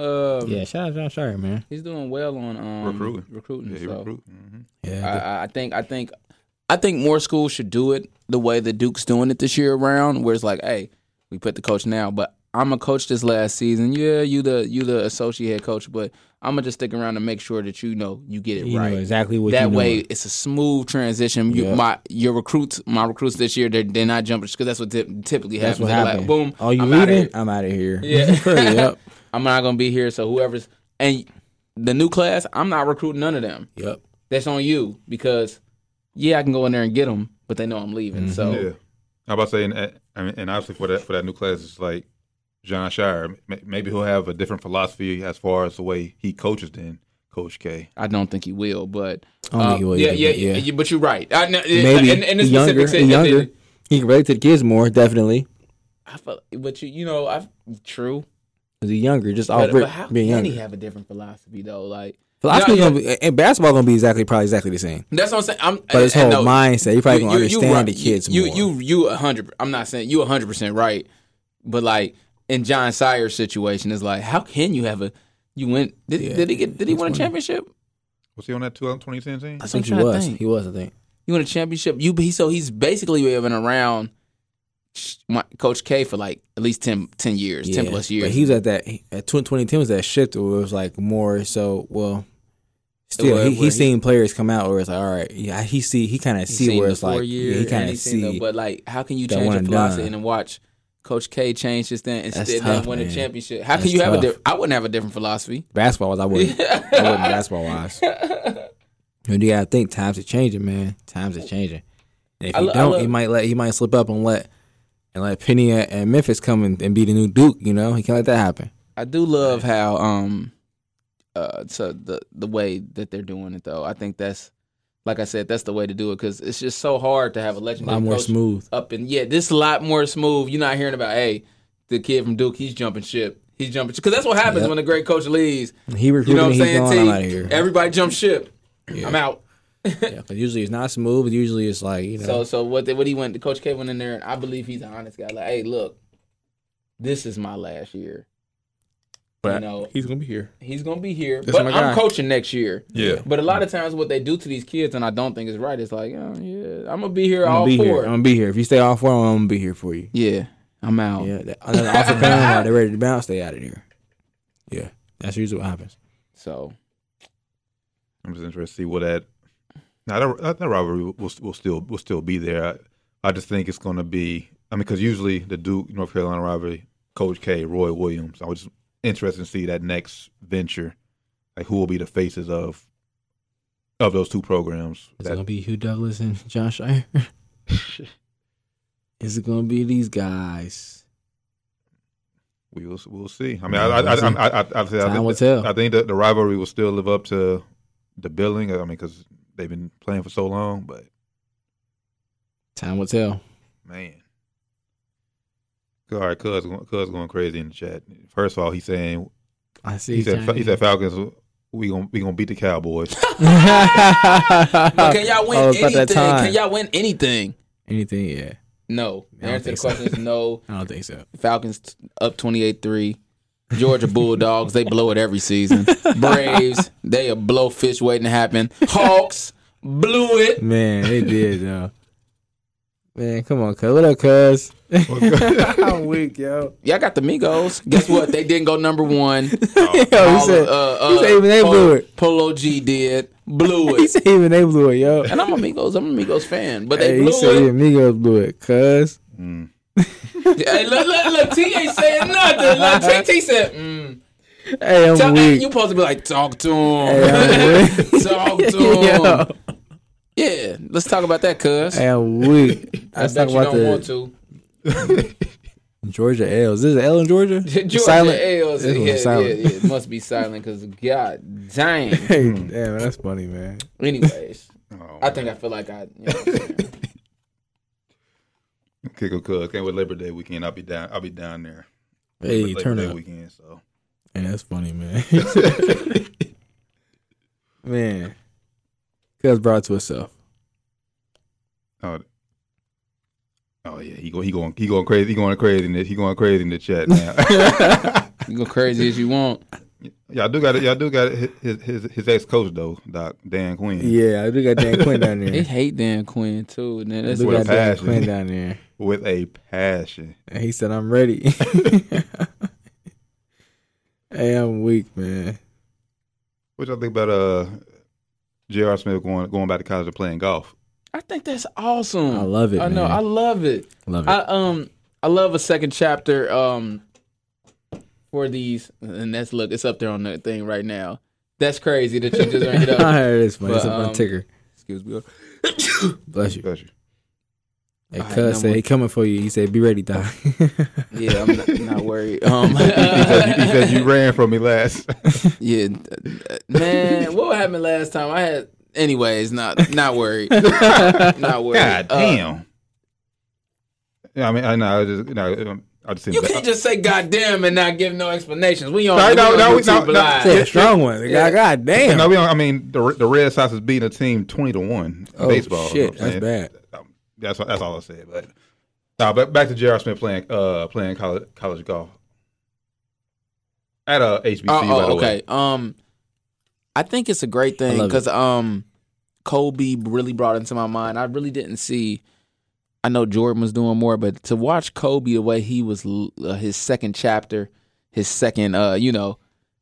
Speaker 5: Uh,
Speaker 3: shout out john shire man
Speaker 5: He's doing well on um,
Speaker 4: Recruiting.
Speaker 5: Recruiting.
Speaker 4: yeah, he
Speaker 5: so.
Speaker 4: recruit. hmm
Speaker 3: yeah
Speaker 5: I, I- I think I think I think more schools should do it the way the Duke's doing it this year around, where it's like, hey, we put the coach now, but I'm a coach this last season. Yeah, you the you the associate head coach, but I'm gonna just stick around and make sure that you know you get it
Speaker 3: you
Speaker 5: right.
Speaker 3: know exactly what
Speaker 5: that
Speaker 3: you
Speaker 5: way,
Speaker 3: doing.
Speaker 5: it's a smooth transition. You,
Speaker 3: Yeah.
Speaker 5: My your recruits, my recruits this year, they're, they're not jumping because that's what typ- typically
Speaker 3: that's
Speaker 5: happens.
Speaker 3: what
Speaker 5: They're
Speaker 3: happened
Speaker 5: Like, boom,
Speaker 3: oh you
Speaker 5: I'm outta
Speaker 3: leaving
Speaker 5: here.
Speaker 3: i'm out of here
Speaker 5: Yeah.
Speaker 3: Hurry up.
Speaker 5: I'm not gonna be here. So whoever's and the new class, I'm not recruiting none of them
Speaker 3: yep
Speaker 5: that's on you because yeah, I can go in there and get them, but they know I'm leaving. So
Speaker 4: Mm-hmm. Yeah. How about saying, uh, I mean, and obviously for that for that new class, it's like John Shire. May- Maybe he'll have a different philosophy as far as the way he coaches than Coach K.
Speaker 5: I don't think he will, but um,
Speaker 3: I don't think he will
Speaker 5: yeah,
Speaker 3: either,
Speaker 5: yeah,
Speaker 3: but yeah.
Speaker 5: you- But you're right. I, no,
Speaker 3: maybe
Speaker 5: in, in this
Speaker 3: younger
Speaker 5: specific sense,
Speaker 3: younger he can relate to the kids more definitely
Speaker 5: I felt, but you, you know, I true.
Speaker 3: because he's younger just all
Speaker 5: But,
Speaker 3: rip,
Speaker 5: but how
Speaker 3: Oh, being
Speaker 5: can
Speaker 3: younger
Speaker 5: he have a different philosophy though? Like
Speaker 3: Philosophy
Speaker 5: Yeah, yeah.
Speaker 3: gonna be, and basketball gonna be exactly probably exactly the same.
Speaker 5: that's what I'm saying. I'm,
Speaker 3: But his
Speaker 5: and
Speaker 3: whole
Speaker 5: no,
Speaker 3: mindset, you probably gonna understand
Speaker 5: right.
Speaker 3: the kids
Speaker 5: you,
Speaker 3: more.
Speaker 5: You you a hundred. I'm not saying you a hundred percent right, but like in John Sire's situation, it's like how can you have a you went? Did,
Speaker 3: Yeah.
Speaker 5: did he get? Did he
Speaker 3: That's
Speaker 5: win a
Speaker 3: funny.
Speaker 5: championship?
Speaker 4: Was he on that 2010 team?
Speaker 5: That's what
Speaker 3: I
Speaker 5: I'm
Speaker 3: think he
Speaker 5: trying to
Speaker 3: was.
Speaker 5: think.
Speaker 3: He was, I think.
Speaker 5: You win a championship. You he so he's basically been around sh- my, Coach K for like at least 10, 10 years, ten
Speaker 3: Yeah.
Speaker 5: plus years.
Speaker 3: But he was at that at 2010 was that shift where it was like more so. Well, Still,
Speaker 5: Where- where
Speaker 3: he, he
Speaker 5: he-
Speaker 3: seen players come out where it's like, all right, yeah, he see, he kind of
Speaker 5: He's
Speaker 3: see
Speaker 5: seen
Speaker 3: where
Speaker 5: the
Speaker 3: it's like,
Speaker 5: four-year,
Speaker 3: yeah, he
Speaker 5: and
Speaker 3: kind of
Speaker 5: he's seen the-
Speaker 3: see.
Speaker 5: but like, how can you
Speaker 3: that
Speaker 5: change
Speaker 3: one
Speaker 5: your
Speaker 3: and
Speaker 5: philosophy
Speaker 3: done.
Speaker 5: and watch Coach K change his thing and
Speaker 3: That's
Speaker 5: still
Speaker 3: tough,
Speaker 5: then win a
Speaker 3: man.
Speaker 5: championship? How can
Speaker 3: That's
Speaker 5: you have a?
Speaker 3: tough.
Speaker 5: Diff- I wouldn't have a different philosophy.
Speaker 3: basketball wise, I wouldn't. I wouldn't basketball wise. And you gotta think times are changing, man. Times are changing. And if
Speaker 5: I
Speaker 3: you
Speaker 5: lo- I
Speaker 3: don't,
Speaker 5: love-
Speaker 3: he might let he might slip up and let and let Penny and- and Memphis come and, and be the new Duke. You know, he can't let that happen.
Speaker 5: I do love how um uh so the the way that they're doing it though. I think that's like I said, that's the way to do it because it's just so hard to have a
Speaker 3: A
Speaker 5: legendary
Speaker 3: lot more
Speaker 5: coach
Speaker 3: smooth.
Speaker 5: up and yeah, this a lot more smooth. You're not hearing about hey, the kid from Duke, he's jumping ship. He's jumping because that's what happens
Speaker 3: Yep.
Speaker 5: when a great coach leaves.
Speaker 3: He recruited
Speaker 5: You know what I'm
Speaker 3: me. He's
Speaker 5: saying?
Speaker 3: gone. I'm out of
Speaker 5: T,
Speaker 3: here.
Speaker 5: everybody jump ship. I'm out.
Speaker 3: Yeah, 'cause usually it's not smooth. Usually it's like you know.
Speaker 5: So so what they, what he went to Coach K went in there and I believe he's an honest guy. Like, hey, look, this is my last year.
Speaker 4: But
Speaker 5: know-
Speaker 4: he's gonna be here.
Speaker 5: He's gonna be here,
Speaker 4: That's
Speaker 5: but
Speaker 4: my
Speaker 5: I'm
Speaker 4: guy.
Speaker 5: coaching next year.
Speaker 4: Yeah.
Speaker 5: But a lot of times, what they do to these kids, and I don't think is right, is like, oh, yeah, I'm gonna be here
Speaker 3: I'm gonna
Speaker 5: all
Speaker 3: be here.
Speaker 5: four.
Speaker 3: I'm gonna be here. If you stay all four, I'm gonna be here for you.
Speaker 5: yeah, I'm out.
Speaker 3: Yeah, that, another offer bounce. while They're ready to bounce. Stay out of here. Yeah, that's usually what happens.
Speaker 5: So
Speaker 4: I'm just interested to see what that. Now that, that- that rivalry will, will will still will still be there. I, I just think it's going to be. I mean, because usually the Duke North Carolina rivalry, Coach K, Roy Williams. I was just interested to see that next venture, like who will be the faces of of those two programs.
Speaker 3: Is it
Speaker 4: That-
Speaker 3: gonna be Hugh Douglas and John Shire? Is it gonna be these guys?
Speaker 4: we will we'll see. I mean, I I I, I, I, I, I,
Speaker 3: Time will
Speaker 4: think,
Speaker 3: tell.
Speaker 4: I think the, the rivalry will still live up to the billing. I mean, because they've been playing for so long, but
Speaker 3: Time will tell.
Speaker 4: Man. All right, cuz cuz going crazy in the chat. First of all, he's saying
Speaker 3: I see.
Speaker 4: he said
Speaker 3: Johnny.
Speaker 4: he said Falcons we going we going to beat the Cowboys.
Speaker 5: But can y'all win
Speaker 3: Oh, it's about
Speaker 5: anything?
Speaker 3: that time.
Speaker 5: Can y'all win anything?
Speaker 3: Anything? Yeah,
Speaker 5: No. The
Speaker 3: I don't
Speaker 5: answer to the
Speaker 3: think so.
Speaker 5: question is no.
Speaker 3: I don't think so.
Speaker 5: Falcons t- up 28-3. Georgia Bulldogs, they blow it every season. Braves, they a blowfish waiting to happen. Hawks blew it.
Speaker 3: Man, they did though. Man, come on, cuz. What up, cuz?
Speaker 5: Oh,
Speaker 3: I'm weak, yo.
Speaker 5: Y'all got the Migos. Guess what? They didn't go number one.
Speaker 3: yo, he
Speaker 5: All of,
Speaker 3: said,
Speaker 5: uh,
Speaker 3: he
Speaker 5: uh,
Speaker 3: said even they
Speaker 5: Polo-
Speaker 3: blew it.
Speaker 5: Polo G did blew
Speaker 3: He
Speaker 5: it,
Speaker 3: said even they blew it, yo.
Speaker 5: and I'm a Migos. I'm a Migos fan, but they
Speaker 3: Hey, he said
Speaker 5: blew it.
Speaker 3: even Migos blew it, cuz.
Speaker 5: Hey, look, look, look, T ain't saying nothing. Look, T, T said, mm.
Speaker 3: Hey, I'm
Speaker 5: Tell, hey,
Speaker 3: weak.
Speaker 5: you supposed to be like, talk to him,
Speaker 3: Hey, I'm weak.
Speaker 5: talk to
Speaker 3: Yo.
Speaker 5: him. Yeah, let's talk about that, cuz.
Speaker 3: Hey, I'm weak.
Speaker 5: I
Speaker 3: Let's
Speaker 5: bet
Speaker 3: talk
Speaker 5: you
Speaker 3: about
Speaker 5: don't want
Speaker 3: the
Speaker 5: to.
Speaker 3: Georgia L's. Is this an L in Georgia?
Speaker 5: Georgia
Speaker 3: Silent?
Speaker 5: L's,
Speaker 3: This
Speaker 5: yeah,
Speaker 3: one's
Speaker 5: yeah,
Speaker 3: silent.
Speaker 5: yeah, it must be silent because God dang.
Speaker 3: Hey, damn, that's funny, man.
Speaker 5: Anyways,
Speaker 4: oh,
Speaker 5: I think I feel like I. You know what I'm saying.
Speaker 4: kick a cuz. Can't wait Labor Day weekend. I'll be down I'll be down there.
Speaker 3: Hey,
Speaker 4: Labor
Speaker 3: turn
Speaker 4: Day
Speaker 3: up.
Speaker 4: weekend, so.
Speaker 3: Hey, that's funny, man. man, cuz brought to itself.
Speaker 4: Oh, oh yeah, he go he going he going crazy. He going crazy in the, he going crazy in the chat now.
Speaker 5: You go crazy as you want.
Speaker 4: y'all do got it. Y'all do got it. His his his ex-coach though, Doc Dan Quinn.
Speaker 3: Yeah, I do got Dan Quinn down
Speaker 5: They
Speaker 3: there.
Speaker 5: hate Dan Quinn too. and
Speaker 3: I
Speaker 5: That's
Speaker 3: do
Speaker 4: With a
Speaker 3: got Dan
Speaker 4: passion.
Speaker 3: Quinn down there.
Speaker 4: with a passion.
Speaker 3: And he said, I'm ready. hey, I'm weak, man.
Speaker 4: What y'all think about uh J.R. Smith going going back to college and playing golf?
Speaker 5: I think that's awesome.
Speaker 3: I love it,
Speaker 5: I know.
Speaker 3: man.
Speaker 5: I love it.
Speaker 3: Love it.
Speaker 5: I um I love a second chapter um for these and that's look it's up there on the thing right now. That's crazy that you just rang it
Speaker 3: I
Speaker 5: up.
Speaker 3: heard this one. It's
Speaker 5: But,
Speaker 3: up on
Speaker 5: um,
Speaker 3: ticker.
Speaker 5: Excuse me.
Speaker 3: Bless you.
Speaker 4: Bless you.
Speaker 3: Hey,
Speaker 5: All right,
Speaker 3: cuz
Speaker 5: number-
Speaker 3: said, he coming for you. He said, be ready, Doc.
Speaker 5: Yeah, I'm not, not worried. Um
Speaker 4: He said, you, he said you ran from me last.
Speaker 5: yeah, uh, man, what happened last time? I had anyways, not not worried. not worried.
Speaker 4: God
Speaker 5: Uh,
Speaker 4: damn. Yeah, I mean, I know. I just, no, um, I just.
Speaker 5: you can't just say goddamn and not give no explanations. We on
Speaker 4: No,
Speaker 5: we
Speaker 4: no,
Speaker 5: on
Speaker 4: no,
Speaker 5: YouTube
Speaker 4: we- no, no.
Speaker 5: Live.
Speaker 3: said, strong one. God, God damn.
Speaker 4: No, we don't, I mean, the the Red Sox is beating a team twenty to one. in
Speaker 3: Oh,
Speaker 4: baseball. you know
Speaker 3: shit,
Speaker 4: what I'm saying?
Speaker 3: that's
Speaker 4: Um, That's that's all I said. But now back back to J.R. Smith playing uh playing college college golf at uh, a HBC.
Speaker 5: Oh,
Speaker 4: by
Speaker 5: oh,
Speaker 4: the way.
Speaker 5: okay. Um, I think it's a great thing
Speaker 3: love it.
Speaker 5: because um, Kobe really brought into my mind. I really didn't see. I know Jordan was doing more, but to watch Kobe the way he was l- uh, his second chapter, his second, uh, you know,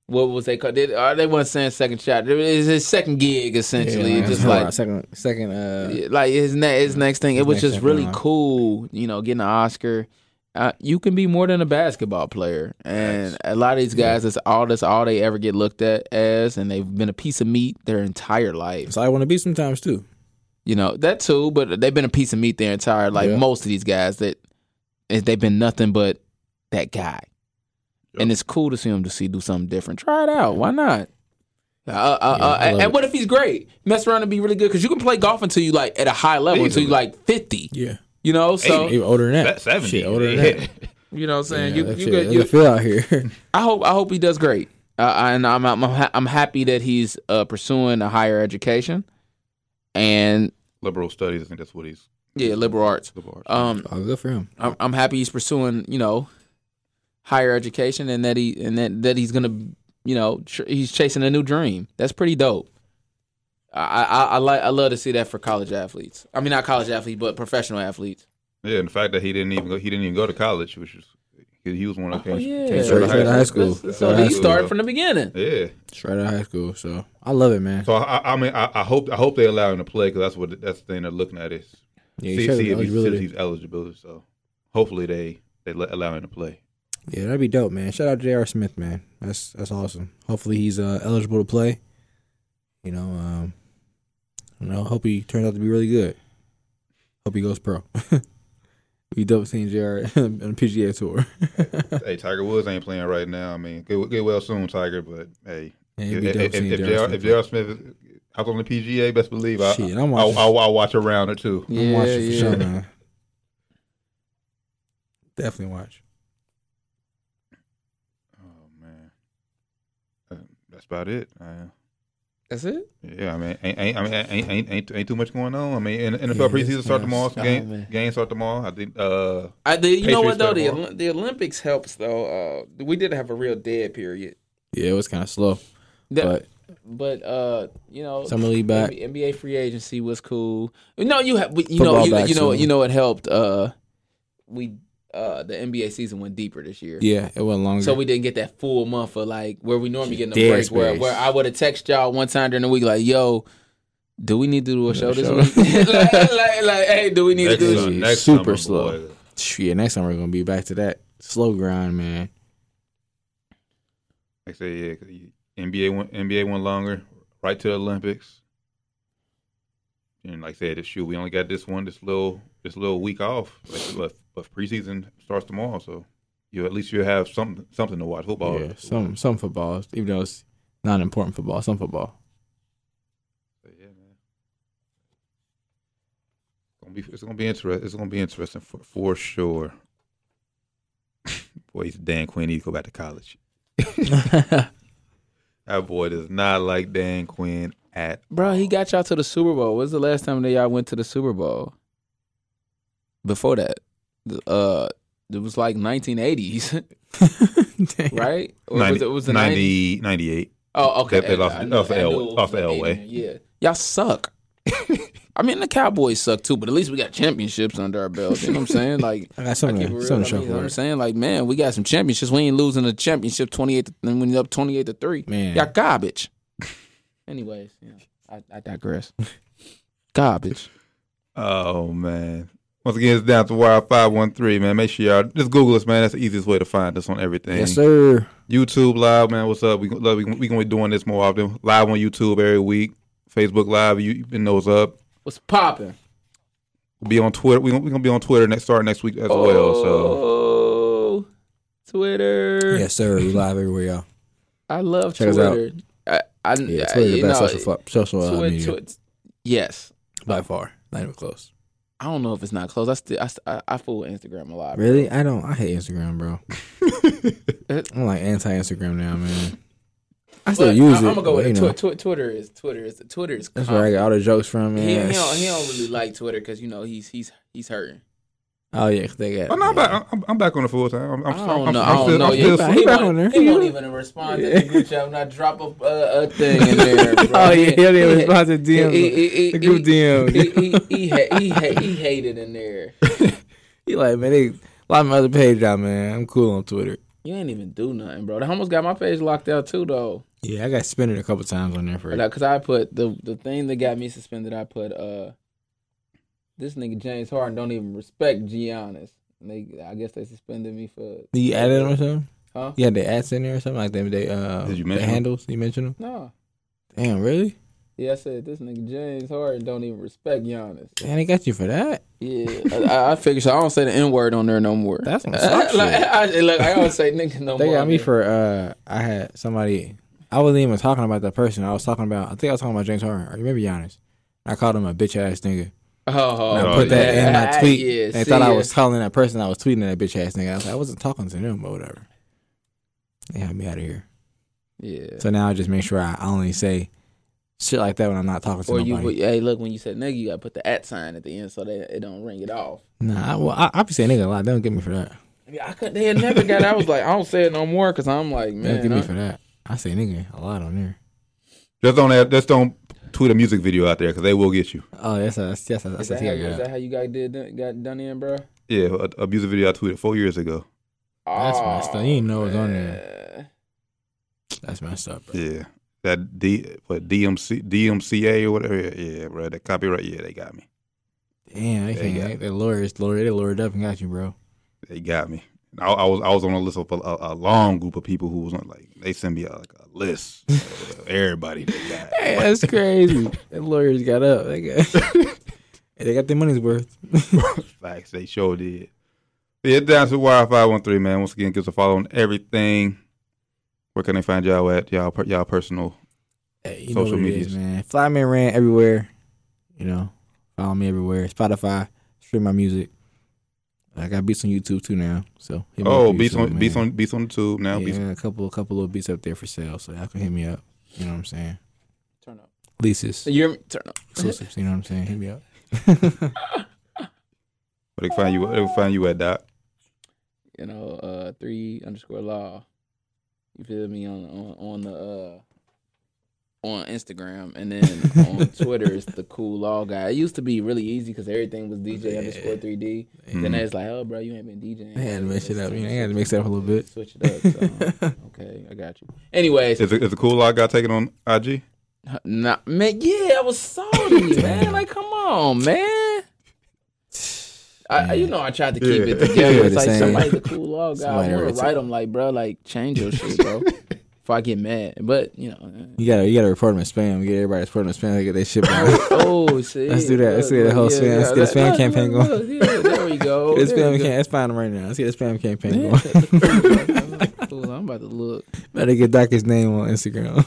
Speaker 5: what was they called? Did, uh, they weren't saying second shot. It was his second gig essentially. It just like
Speaker 3: second, second. Uh,
Speaker 5: Yeah, like his ne- his next thing. It
Speaker 3: His
Speaker 5: was
Speaker 3: next
Speaker 5: just
Speaker 3: thing
Speaker 5: really
Speaker 3: on.
Speaker 5: cool, you know, getting an Oscar. Uh, you can be more than a basketball player, and a lot of these guys, that's all that's all they ever get looked at as, and they've been a piece of meat their entire life.
Speaker 3: So I want to be sometimes too.
Speaker 5: You know that too, but they've been a piece of meat their entire like
Speaker 3: Yeah.
Speaker 5: most of these guys that is- they've been nothing but that guy, and it's cool to see him to see do something different. Try it out, why not? Uh, uh, uh,
Speaker 3: I love
Speaker 5: and
Speaker 3: it.
Speaker 5: what if he's great? Mess around and be really good because you can play golf until you like at a high level until you like fifty.
Speaker 3: Yeah,
Speaker 5: You know, so
Speaker 3: even older than that.
Speaker 4: That's 70.
Speaker 3: Shit, older than that.
Speaker 5: you know what I'm saying.
Speaker 3: Yeah,
Speaker 5: you,
Speaker 3: that
Speaker 5: you
Speaker 3: shit-
Speaker 5: could,
Speaker 3: that's
Speaker 5: you,
Speaker 3: the feel out here.
Speaker 5: I hope I hope he does great. Uh, I- and I'm I'm, I'm, ha- I'm happy that he's uh, pursuing a higher education and
Speaker 4: Liberal studies, I think that's what he's.
Speaker 5: yeah, liberal arts.
Speaker 4: Liberal arts.
Speaker 5: Um,
Speaker 3: oh, good for him.
Speaker 5: I'm, I'm happy he's pursuing you know higher education and that he and that, that he's gonna you know tr- he's chasing a new dream. That's pretty dope. I I, I like I love to see that for college athletes. I mean, not college athletes, but professional athletes.
Speaker 4: Yeah, and the fact that he didn't even go, he didn't even go to college, which is he was one of the
Speaker 5: Oh,
Speaker 4: came-
Speaker 5: yeah.
Speaker 4: came out
Speaker 3: Straight
Speaker 4: of
Speaker 3: out of high school. Straight
Speaker 5: So
Speaker 3: out of
Speaker 5: he
Speaker 3: high school.
Speaker 5: started from the beginning.
Speaker 4: Yeah.
Speaker 3: Straight out of high school. So I love it, man.
Speaker 4: So I, I- I mean, I, I hope I hope they allow him to play because that's what that's the thing they're looking at is
Speaker 3: Yeah, you
Speaker 4: see,
Speaker 3: showed
Speaker 4: see
Speaker 3: the
Speaker 4: if he's, see if
Speaker 3: eligibility.
Speaker 4: he's eligible. So hopefully they they let, allow him to play.
Speaker 3: Yeah, that'd be dope, man. Shout out to J.R. Smith, man. That's that's awesome. Hopefully he's uh, eligible to play. You know, um, I don't know. Hope he turns out to be really good. Hope he goes pro. we dope seeing J.R. on the PGA tour.
Speaker 4: hey, Tiger Woods ain't playing right now. I mean, get, get well soon, Tiger. But hey, if
Speaker 3: Yeah, it'd be dope
Speaker 4: if,
Speaker 3: seeing
Speaker 4: if,
Speaker 3: J.R.
Speaker 4: J.R.
Speaker 3: Smith.
Speaker 4: if J.R. Smith is out on the PGA, best believe I
Speaker 3: Shit,
Speaker 4: I,
Speaker 3: I'm
Speaker 4: I,
Speaker 3: watching.
Speaker 4: I, I watch around it too.
Speaker 3: I'm watching for sure, man. Definitely watch.
Speaker 4: Oh man, Uh, that's about it. Uh,
Speaker 5: That's it.
Speaker 4: yeah, I mean, ain't, ain't, I mean, ain't, ain't, ain't, ain't too much going on. I mean, N-
Speaker 3: Yeah,
Speaker 4: NFL
Speaker 3: it's
Speaker 4: preseason
Speaker 3: nice.
Speaker 4: start tomorrow. Some
Speaker 5: Oh,
Speaker 4: game,
Speaker 5: man.
Speaker 4: games start tomorrow. I think. Uh,
Speaker 5: I, the, you know
Speaker 4: Patriots
Speaker 5: what though,
Speaker 4: play
Speaker 5: the,
Speaker 4: tomorrow.
Speaker 5: Olymp- the Olympics helps though. Uh, we did have a real dead period,
Speaker 3: Yeah, it was kind of slow,
Speaker 5: That-
Speaker 3: but
Speaker 5: but uh, you know,
Speaker 3: Summer League back.
Speaker 5: NBA, NBA free agency was cool. No, you have you know
Speaker 3: Football
Speaker 5: you,
Speaker 3: back
Speaker 5: you know
Speaker 3: soon.
Speaker 5: you know it helped. Uh, we uh the NBA season went deeper this year.
Speaker 3: yeah, it wasn't longer.
Speaker 5: So we didn't get that full month of like where we normally get in the
Speaker 3: Dead
Speaker 5: break. Where,
Speaker 3: space.
Speaker 5: where I would have texted y'all one time during the week like, "Yo, do we need to do a show this
Speaker 3: show.
Speaker 5: week? like, like, like, hey, do we need to
Speaker 4: next,
Speaker 5: do a
Speaker 3: summer.
Speaker 5: show?
Speaker 4: sun- next
Speaker 3: super
Speaker 4: summer, boy.
Speaker 3: slow. yeah, next time we're gonna be back to that slow grind, man.
Speaker 4: Like I say, yeah, 'cause you- NBA went NBA went longer, right to the Olympics. And like I said, shoot, we only got this one, this little, this little week off. Like, but, but preseason starts tomorrow, so you at least you have something, something to watch football.
Speaker 3: Yeah, some some football, even though it's not important football, some football.
Speaker 4: So, yeah, man. Gonna be, it's gonna be interesting. It's gonna be interesting for for sure. Boy, he's Dan Quinn. He go back to college. That boy does not like Dan Quinn at
Speaker 5: Bro, he got y'all to the Super Bowl. When's the last time that y'all went to the Super Bowl? Before that, the, uh, it was like 1980s, right? Or was
Speaker 4: 90,
Speaker 5: it, was it 90?
Speaker 4: 90, 98.
Speaker 5: Oh, okay.
Speaker 4: They- they lost-
Speaker 5: knew-
Speaker 4: lost to
Speaker 5: knew
Speaker 4: Elway-
Speaker 5: it was
Speaker 4: lost
Speaker 5: 80,
Speaker 4: to Elway.
Speaker 5: Yeah, y'all suck. I mean, the Cowboys suck too, but at least we got championships under our belt. You know what I'm saying? Like,
Speaker 3: I got
Speaker 5: I keep
Speaker 3: something,
Speaker 5: it real. I
Speaker 3: something
Speaker 5: mean,
Speaker 3: to
Speaker 5: you
Speaker 3: show
Speaker 5: know what
Speaker 3: for
Speaker 5: I'm
Speaker 3: it.
Speaker 5: saying? Like, man, we got some championships. We ain't losing a championship 28 to, and we up 28 to 3.
Speaker 3: Man.
Speaker 5: Y'all garbage. Anyways, you know, I, I digress. garbage.
Speaker 4: Oh man. Once again, it's down to wire five one three, man. Make sure y'all just Google us, man. That's the easiest way to find us on everything.
Speaker 3: Yes, sir.
Speaker 4: YouTube live, man. What's up? We gon- love we, gon- we gonna be doing this more often. Live on YouTube every week. Facebook live, you you been those up.
Speaker 5: What's popping?
Speaker 4: We'll be on Twitter. We're gonna, we gonna be on Twitter next start next week as well. So
Speaker 5: Oh, Twitter.
Speaker 3: Yes, sir. We live everywhere, y'all.
Speaker 5: I love
Speaker 3: Check us out.
Speaker 5: Twitter. I, I,
Speaker 3: Yeah, Twitter the
Speaker 5: you
Speaker 3: best
Speaker 5: know,
Speaker 3: social fu- social uh,
Speaker 5: Twi-
Speaker 3: media
Speaker 5: Twi- yes.
Speaker 3: by far. Not even close.
Speaker 5: I don't know if it's not close. I still I, st- I, I fool with Instagram a lot. bro.
Speaker 3: Really, I don't. I hate Instagram, bro. I'm like anti-Instagram now, man. I still
Speaker 5: But
Speaker 3: use
Speaker 5: I,
Speaker 3: it.
Speaker 5: I'm gonna go
Speaker 3: but,
Speaker 5: with
Speaker 3: you
Speaker 5: it. Twi-
Speaker 3: know,
Speaker 5: Twi- Twitter is Twitter is Twitter is.
Speaker 3: That's
Speaker 5: com-
Speaker 3: where I got all the jokes from,
Speaker 5: He,
Speaker 3: man.
Speaker 5: he, don't, he don't really like Twitter because you know he's he's he's hurting.
Speaker 3: Oh yeah, 'cause they got.
Speaker 4: but no, I'm back I'm, I'm back on the full time. I'm, I'm,
Speaker 5: I
Speaker 4: I'm,
Speaker 5: don't
Speaker 4: I'm,
Speaker 5: know.
Speaker 4: I'm
Speaker 5: I don't
Speaker 4: still,
Speaker 5: know.
Speaker 4: I'm
Speaker 5: He,
Speaker 4: still,
Speaker 5: he,
Speaker 3: he back
Speaker 5: won't-
Speaker 3: on there.
Speaker 5: he
Speaker 3: He
Speaker 5: won't
Speaker 3: will.
Speaker 5: even respond to the group chat when I drop a, a, a thing in there. Bro.
Speaker 3: Oh yeah, he don't even respond to
Speaker 5: He-
Speaker 3: DMs.
Speaker 5: he- he- he-
Speaker 3: the group
Speaker 5: he-
Speaker 3: DMs.
Speaker 5: He, he, he, ha- he, ha- he hated in there.
Speaker 3: He like, man, they lock my other page out, man. I'm cool on Twitter.
Speaker 5: You ain't even do nothing, bro. They almost got my page locked out too, though.
Speaker 3: Yeah, I got suspended a couple times on there for it.
Speaker 5: Because I put the the thing that got me suspended. I put uh, this nigga James Harden don't even respect Giannis. And they, I guess they suspended me for.
Speaker 3: Do you add it or something?
Speaker 5: Huh?
Speaker 3: You had the ads in there or something like them. They uh,
Speaker 4: Did you
Speaker 3: the
Speaker 4: mention 'em?
Speaker 3: handles. You mentioned them.
Speaker 5: No.
Speaker 3: Damn, really?
Speaker 5: Yeah, I said this nigga James Harden don't even respect Giannis.
Speaker 3: Damn, they got you for that.
Speaker 5: Yeah, I, I figured so. I don't say the n word on there no more.
Speaker 3: That's some soft shit.
Speaker 5: like, I, look, I don't say nigga no
Speaker 3: They
Speaker 5: more.
Speaker 3: got
Speaker 5: on
Speaker 3: me
Speaker 5: there.
Speaker 3: for uh, I had somebody. I wasn't even talking about that person. I was talking about. I think I was talking about James Harden. Or maybe Giannis. I called him a bitch ass nigga.
Speaker 5: Oh,
Speaker 3: And I
Speaker 4: Oh,
Speaker 3: put that
Speaker 5: yeah.
Speaker 3: in my
Speaker 5: Ah,
Speaker 3: tweet.
Speaker 5: yeah,
Speaker 3: they
Speaker 5: see
Speaker 3: thought I
Speaker 5: ya.
Speaker 3: was calling that person. I was tweeting that bitch ass nigga. I was like, I wasn't talking to them, but whatever. They had me out of here.
Speaker 5: Yeah.
Speaker 3: So now I just make sure I only say shit like that when I'm not talking to
Speaker 5: Or you,
Speaker 3: nobody.
Speaker 5: put, hey, look, when you said nigga, you gotta put the at sign at the end so they it don't ring it off.
Speaker 3: nah, I, well, I, I be saying nigga a lot. They don't get me for that.
Speaker 5: I, mean, I could, they had never got. I was like, I don't say it no more because I'm like,
Speaker 3: They don't
Speaker 5: man,
Speaker 3: get me
Speaker 5: I-
Speaker 3: for that. I say nigga a lot on there.
Speaker 4: Just don't have, just don't tweet a music video out there because they will get you.
Speaker 3: Oh, that's a, that's that's,
Speaker 5: is,
Speaker 3: that's a
Speaker 5: that how,
Speaker 3: thing I
Speaker 5: is
Speaker 3: got.
Speaker 5: that how you guys did that- got done in, bro?
Speaker 4: Yeah, a, a music video I tweeted four years ago.
Speaker 3: That's
Speaker 5: Ah,
Speaker 3: messed up. You didn't know it was on
Speaker 5: there.
Speaker 3: That's messed up. Bro.
Speaker 4: Yeah, that D what DMC DMCA or whatever. Yeah, yeah bro, that copyright. Yeah, they got me.
Speaker 3: Damn, they
Speaker 4: They
Speaker 3: can't.
Speaker 4: got-
Speaker 3: They, they lawyers, lawyer, they lawyered up and got you, bro.
Speaker 4: They got me. I, I was I was on a list of a, a long group of people who was on, like they sent me a, like a list. of Everybody they got.
Speaker 3: Hey, that's crazy. the lawyers got up. They got, they got their money's worth.
Speaker 4: Facts, they sure did. But yeah, down to Wire Five One Three, man. Once again, give us a follow on everything. Where can they find y'all at? Y'all, per, y'all personal.
Speaker 3: Hey, Eh, you know
Speaker 4: Social
Speaker 3: what it
Speaker 4: medias.
Speaker 3: is, man. Flyman ran everywhere. You know, follow me everywhere. Spotify, stream my music. I got beats on YouTube too now. So hit me
Speaker 4: Oh,
Speaker 3: up
Speaker 4: beats
Speaker 3: YouTube,
Speaker 4: on
Speaker 3: man.
Speaker 4: beats on beats on the tube now.
Speaker 3: yeah,
Speaker 4: Beats,
Speaker 3: I got a couple, a couple little beats up there for sale. So y'all can hit me up. You know what I'm saying?
Speaker 5: Turn up.
Speaker 3: Leases,
Speaker 5: So you're turn up.
Speaker 3: exclusives. You know what I'm saying? Hit me up.
Speaker 4: where they find you? Where they find you at? Doc.
Speaker 5: You know, uh, three underscore law. You feel me on on on the uh on Instagram and then on Twitter it's the cool law guy. It used to be really easy because everything was DJ underscore three D. Then
Speaker 4: Mhm.
Speaker 5: it's like, oh, bro, you ain't been DJing.
Speaker 3: I Mm-hmm. had to mix it up. You know, I
Speaker 5: Switch
Speaker 3: had to mix it up a little bit.
Speaker 5: Switch it up. So, okay, I got you. Anyways,
Speaker 4: Is it, is it cool? I got taken on IG.
Speaker 5: nah, man, yeah, I was salty, man. Like, come on, man. I, I- you know, I tried to keep it together.
Speaker 3: Yeah,
Speaker 5: it's
Speaker 3: the
Speaker 5: like
Speaker 3: same.
Speaker 5: somebody's a cool law guy.
Speaker 3: Somebody
Speaker 5: I want
Speaker 3: writes
Speaker 5: to
Speaker 3: it.
Speaker 5: write him like, bro, like change your shit, bro. if I get mad, but you know, uh,
Speaker 3: You gotta, you gotta report them as spam. You get everybody to report them as spam. They get their shit back.
Speaker 5: oh, see,
Speaker 3: Let's do that. Let's do that whole spam- let's get a spam
Speaker 5: look,
Speaker 3: campaign
Speaker 5: look,
Speaker 3: going.
Speaker 5: look, yeah, there we
Speaker 4: Oh,
Speaker 5: go.
Speaker 3: This
Speaker 5: There we go.
Speaker 3: spam campaign. Let's find them right now. Let's get this spam campaign
Speaker 5: Yeah,
Speaker 3: going.
Speaker 5: look, look, look, I'm about to look.
Speaker 3: Better get Doc's name on Instagram.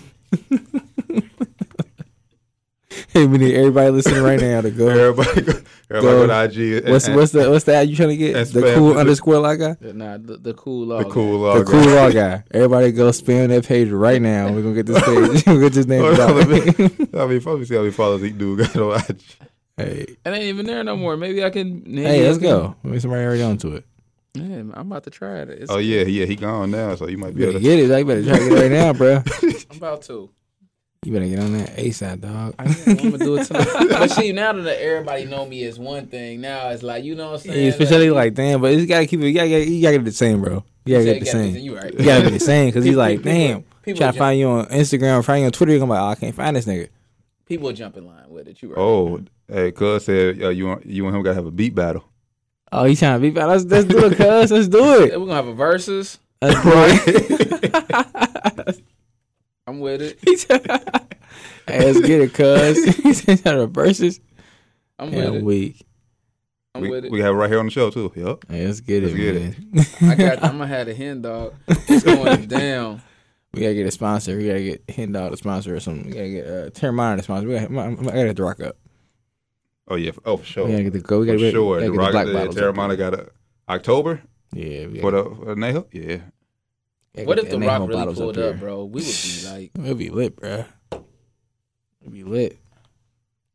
Speaker 3: hey, we need everybody listening right now to go.
Speaker 4: Everybody, go,
Speaker 3: Go.
Speaker 4: everybody go to IG. and-
Speaker 3: What's
Speaker 4: and
Speaker 3: what's the what's the ad you trying to get?
Speaker 4: That's
Speaker 3: The
Speaker 4: spam.
Speaker 3: cool underscore law guy.
Speaker 5: Nah, the, the cool law.
Speaker 4: the cool law?
Speaker 3: The cool law guy. Everybody go spam that page right now. We're gonna get this page. We're gonna get this name. to Doc.
Speaker 4: I mean, probably see how many followers he do got on IG.
Speaker 3: hey,
Speaker 5: It ain't even there no more. Maybe I can.
Speaker 3: hey, let's go. Maybe somebody already onto it.
Speaker 5: Man, I'm about to try it. It's,
Speaker 4: Oh yeah, yeah, he gone now, so you might be
Speaker 3: You
Speaker 4: able to.
Speaker 3: better get it. Doc. You better try to get it right now, bro.
Speaker 5: I'm about to.
Speaker 3: You better get on that ASAP, dog.
Speaker 5: I'm gonna do it tonight. but see, now that everybody know me as one thing, now it's like you know what I'm saying.
Speaker 3: Yeah, especially like damn, but you gotta keep it. You gotta, get- you gotta get the same, bro. You gotta
Speaker 5: Yeah,
Speaker 3: get the
Speaker 5: you
Speaker 3: same.
Speaker 5: You right.
Speaker 3: You gotta be the same because he's like,
Speaker 5: People-
Speaker 3: damn.
Speaker 5: people
Speaker 3: Try to
Speaker 5: ju-
Speaker 3: find you on Instagram, find you on Twitter. You're gonna be like, oh, I can't find this nigga.
Speaker 5: People jump in line with it. You right.
Speaker 4: Oh, hey, Cuz said uh, you want, you and him gotta have a beat battle.
Speaker 3: Oh, he's trying to be bad. Let's, let's do it, cuz. Let's do
Speaker 5: Hey,
Speaker 3: it.
Speaker 5: We're gonna have a versus.
Speaker 3: Let's do it.
Speaker 5: I'm with it.
Speaker 3: He try- hey, let's get it, cuz. He's trying to versus.
Speaker 5: I'm
Speaker 3: Yeah,
Speaker 5: with it.
Speaker 3: weak.
Speaker 5: I'm
Speaker 4: we,
Speaker 5: with it.
Speaker 4: we have it right here on the show too. Yep.
Speaker 3: Hey, let's get
Speaker 4: Let's
Speaker 3: it,
Speaker 4: get
Speaker 3: man.
Speaker 5: I got. I'm gonna have a hen dog. It's going down.
Speaker 3: We gotta get a sponsor. We gotta get Hindall to sponsor or something. We gotta get uh, Terramine to sponsor. We gotta, I gotta get the rock up.
Speaker 4: Oh yeah. f- Oh for sure.
Speaker 3: We gotta get the go. We
Speaker 4: for
Speaker 3: gotta,
Speaker 4: sure.
Speaker 3: we gotta
Speaker 4: The
Speaker 3: get
Speaker 4: Rock,
Speaker 3: the black
Speaker 4: the
Speaker 3: bottles up.
Speaker 4: Terramana got a October
Speaker 3: Yeah. we
Speaker 4: for
Speaker 3: gotta-
Speaker 4: the for Neho. Yeah.
Speaker 3: gotta
Speaker 5: What
Speaker 3: get
Speaker 5: if the
Speaker 3: Anejo
Speaker 5: rock really
Speaker 3: bottles
Speaker 5: pulled
Speaker 3: there.
Speaker 5: up, bro? We would be like,
Speaker 3: It'll be lit, bruh. It'll be lit.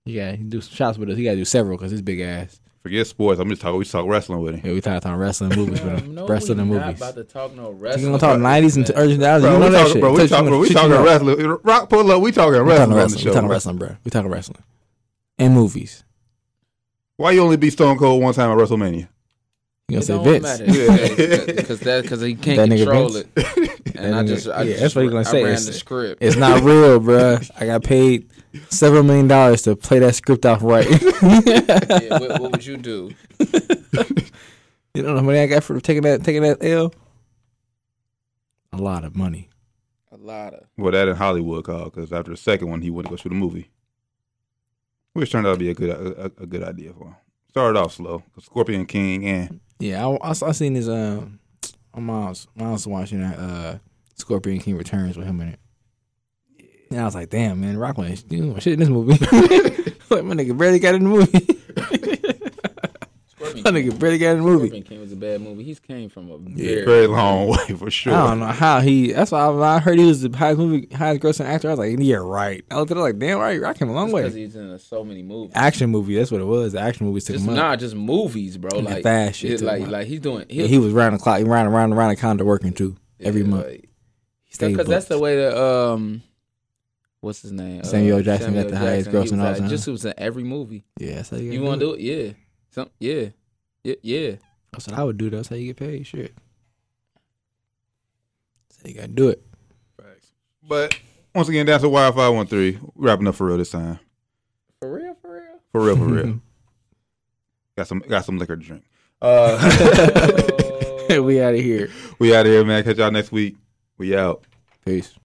Speaker 3: You gotta do some shots with us. You gotta do several because it's big ass.
Speaker 4: Forget sports. I'm just talking. We just talk wrestling with him.
Speaker 3: Yeah, we talked on wrestling movies with him.
Speaker 5: no,
Speaker 3: wrestling
Speaker 5: we
Speaker 3: and
Speaker 5: not
Speaker 3: movies.
Speaker 5: about to talk no
Speaker 3: You
Speaker 5: wrestling.
Speaker 3: gonna talk nineties and early two thousands?
Speaker 4: Bro,
Speaker 3: You know
Speaker 4: we
Speaker 3: that
Speaker 4: talking,
Speaker 3: shit.
Speaker 4: bro. We
Speaker 3: Touch-
Speaker 4: talking,
Speaker 3: touch-
Speaker 4: we
Speaker 3: touch-
Speaker 4: talking
Speaker 3: touch-
Speaker 4: wrestling. Rock pull up. We talking
Speaker 3: We talking
Speaker 4: wrestling on the
Speaker 3: wrestling. We
Speaker 4: show.
Speaker 3: talking
Speaker 4: bro.
Speaker 3: wrestling, bro. We talking wrestling and movies.
Speaker 4: Why you only beat Stone Cold one time at WrestleMania?
Speaker 3: You gonna
Speaker 5: It
Speaker 3: say
Speaker 5: don't
Speaker 3: Vince?
Speaker 5: matter. Yeah, because that because he
Speaker 3: That
Speaker 5: can't
Speaker 3: nigga
Speaker 5: control
Speaker 3: Vince.
Speaker 5: it. And I
Speaker 3: nigga-
Speaker 5: just I
Speaker 3: yeah,
Speaker 5: just,
Speaker 3: that's what he gonna
Speaker 5: I
Speaker 3: say.
Speaker 5: Ran
Speaker 3: It's-
Speaker 5: the script.
Speaker 3: It's not real, bruh. I got paid several million dollars to play that script off right.
Speaker 5: Yeah, what, what would you do?
Speaker 3: you know how many I got for taking that taking that L? A lot of money.
Speaker 5: A lot of
Speaker 4: Well, that in Hollywood call because after the second one, he went to go shoot a movie, which turned out to be a good a, a- a good idea for him. Started off slow, 'cause Scorpion King and
Speaker 3: Yeah, I, I, s- I seen his um uh, Miles Miles watching that uh Scorpion King Returns with him in it. And I was like, damn man, Rockman is doing shit in this movie. like my nigga barely got in the movie.
Speaker 5: Scorpion
Speaker 3: my nigga barely got in the movie.
Speaker 5: Scorpion King was a bad movie. He's came from a
Speaker 3: Yeah.
Speaker 5: very
Speaker 4: very long way for sure.
Speaker 3: I don't know how he. That's why I, I heard he was the highest movie, highest grossing actor. I was like, yeah, right. I looked at it like, damn, right. I came a long
Speaker 5: because
Speaker 3: way.
Speaker 5: he's in a, so many movies.
Speaker 3: Action movie. That's what it was. The action movies took
Speaker 5: Just
Speaker 3: him up.
Speaker 5: nah, just movies, bro.
Speaker 3: And the
Speaker 5: Like
Speaker 3: fast shit
Speaker 5: yeah,
Speaker 3: took
Speaker 5: like
Speaker 3: him up.
Speaker 5: like he's doing
Speaker 3: Yeah, he was round the clock, round and round and round the counter working too. Every
Speaker 5: yeah,
Speaker 3: month.
Speaker 5: like-
Speaker 3: He stayed
Speaker 5: because that's the
Speaker 3: booked.
Speaker 5: way that um, what's his name?
Speaker 3: Samuel
Speaker 5: Uh,
Speaker 3: Jackson got the highest
Speaker 5: Jackson, he
Speaker 3: grossing
Speaker 5: was
Speaker 3: all
Speaker 5: like-
Speaker 3: time.
Speaker 5: Just was in every movie.
Speaker 3: Yeah, that's how you.
Speaker 5: You want to do it? Yeah. Some yeah, yeah, yeah.
Speaker 3: That's what I would do. That's how you get paid. Shit. That's how you gotta do it.
Speaker 4: But once again, that's a Wi Fi one three. Wrapping up for real this time.
Speaker 5: For real, for real.
Speaker 4: For real, for real. got some got some liquor to drink. Uh,
Speaker 3: we out of here.
Speaker 4: we out of here, man. Catch y'all next week. We out.
Speaker 3: Peace.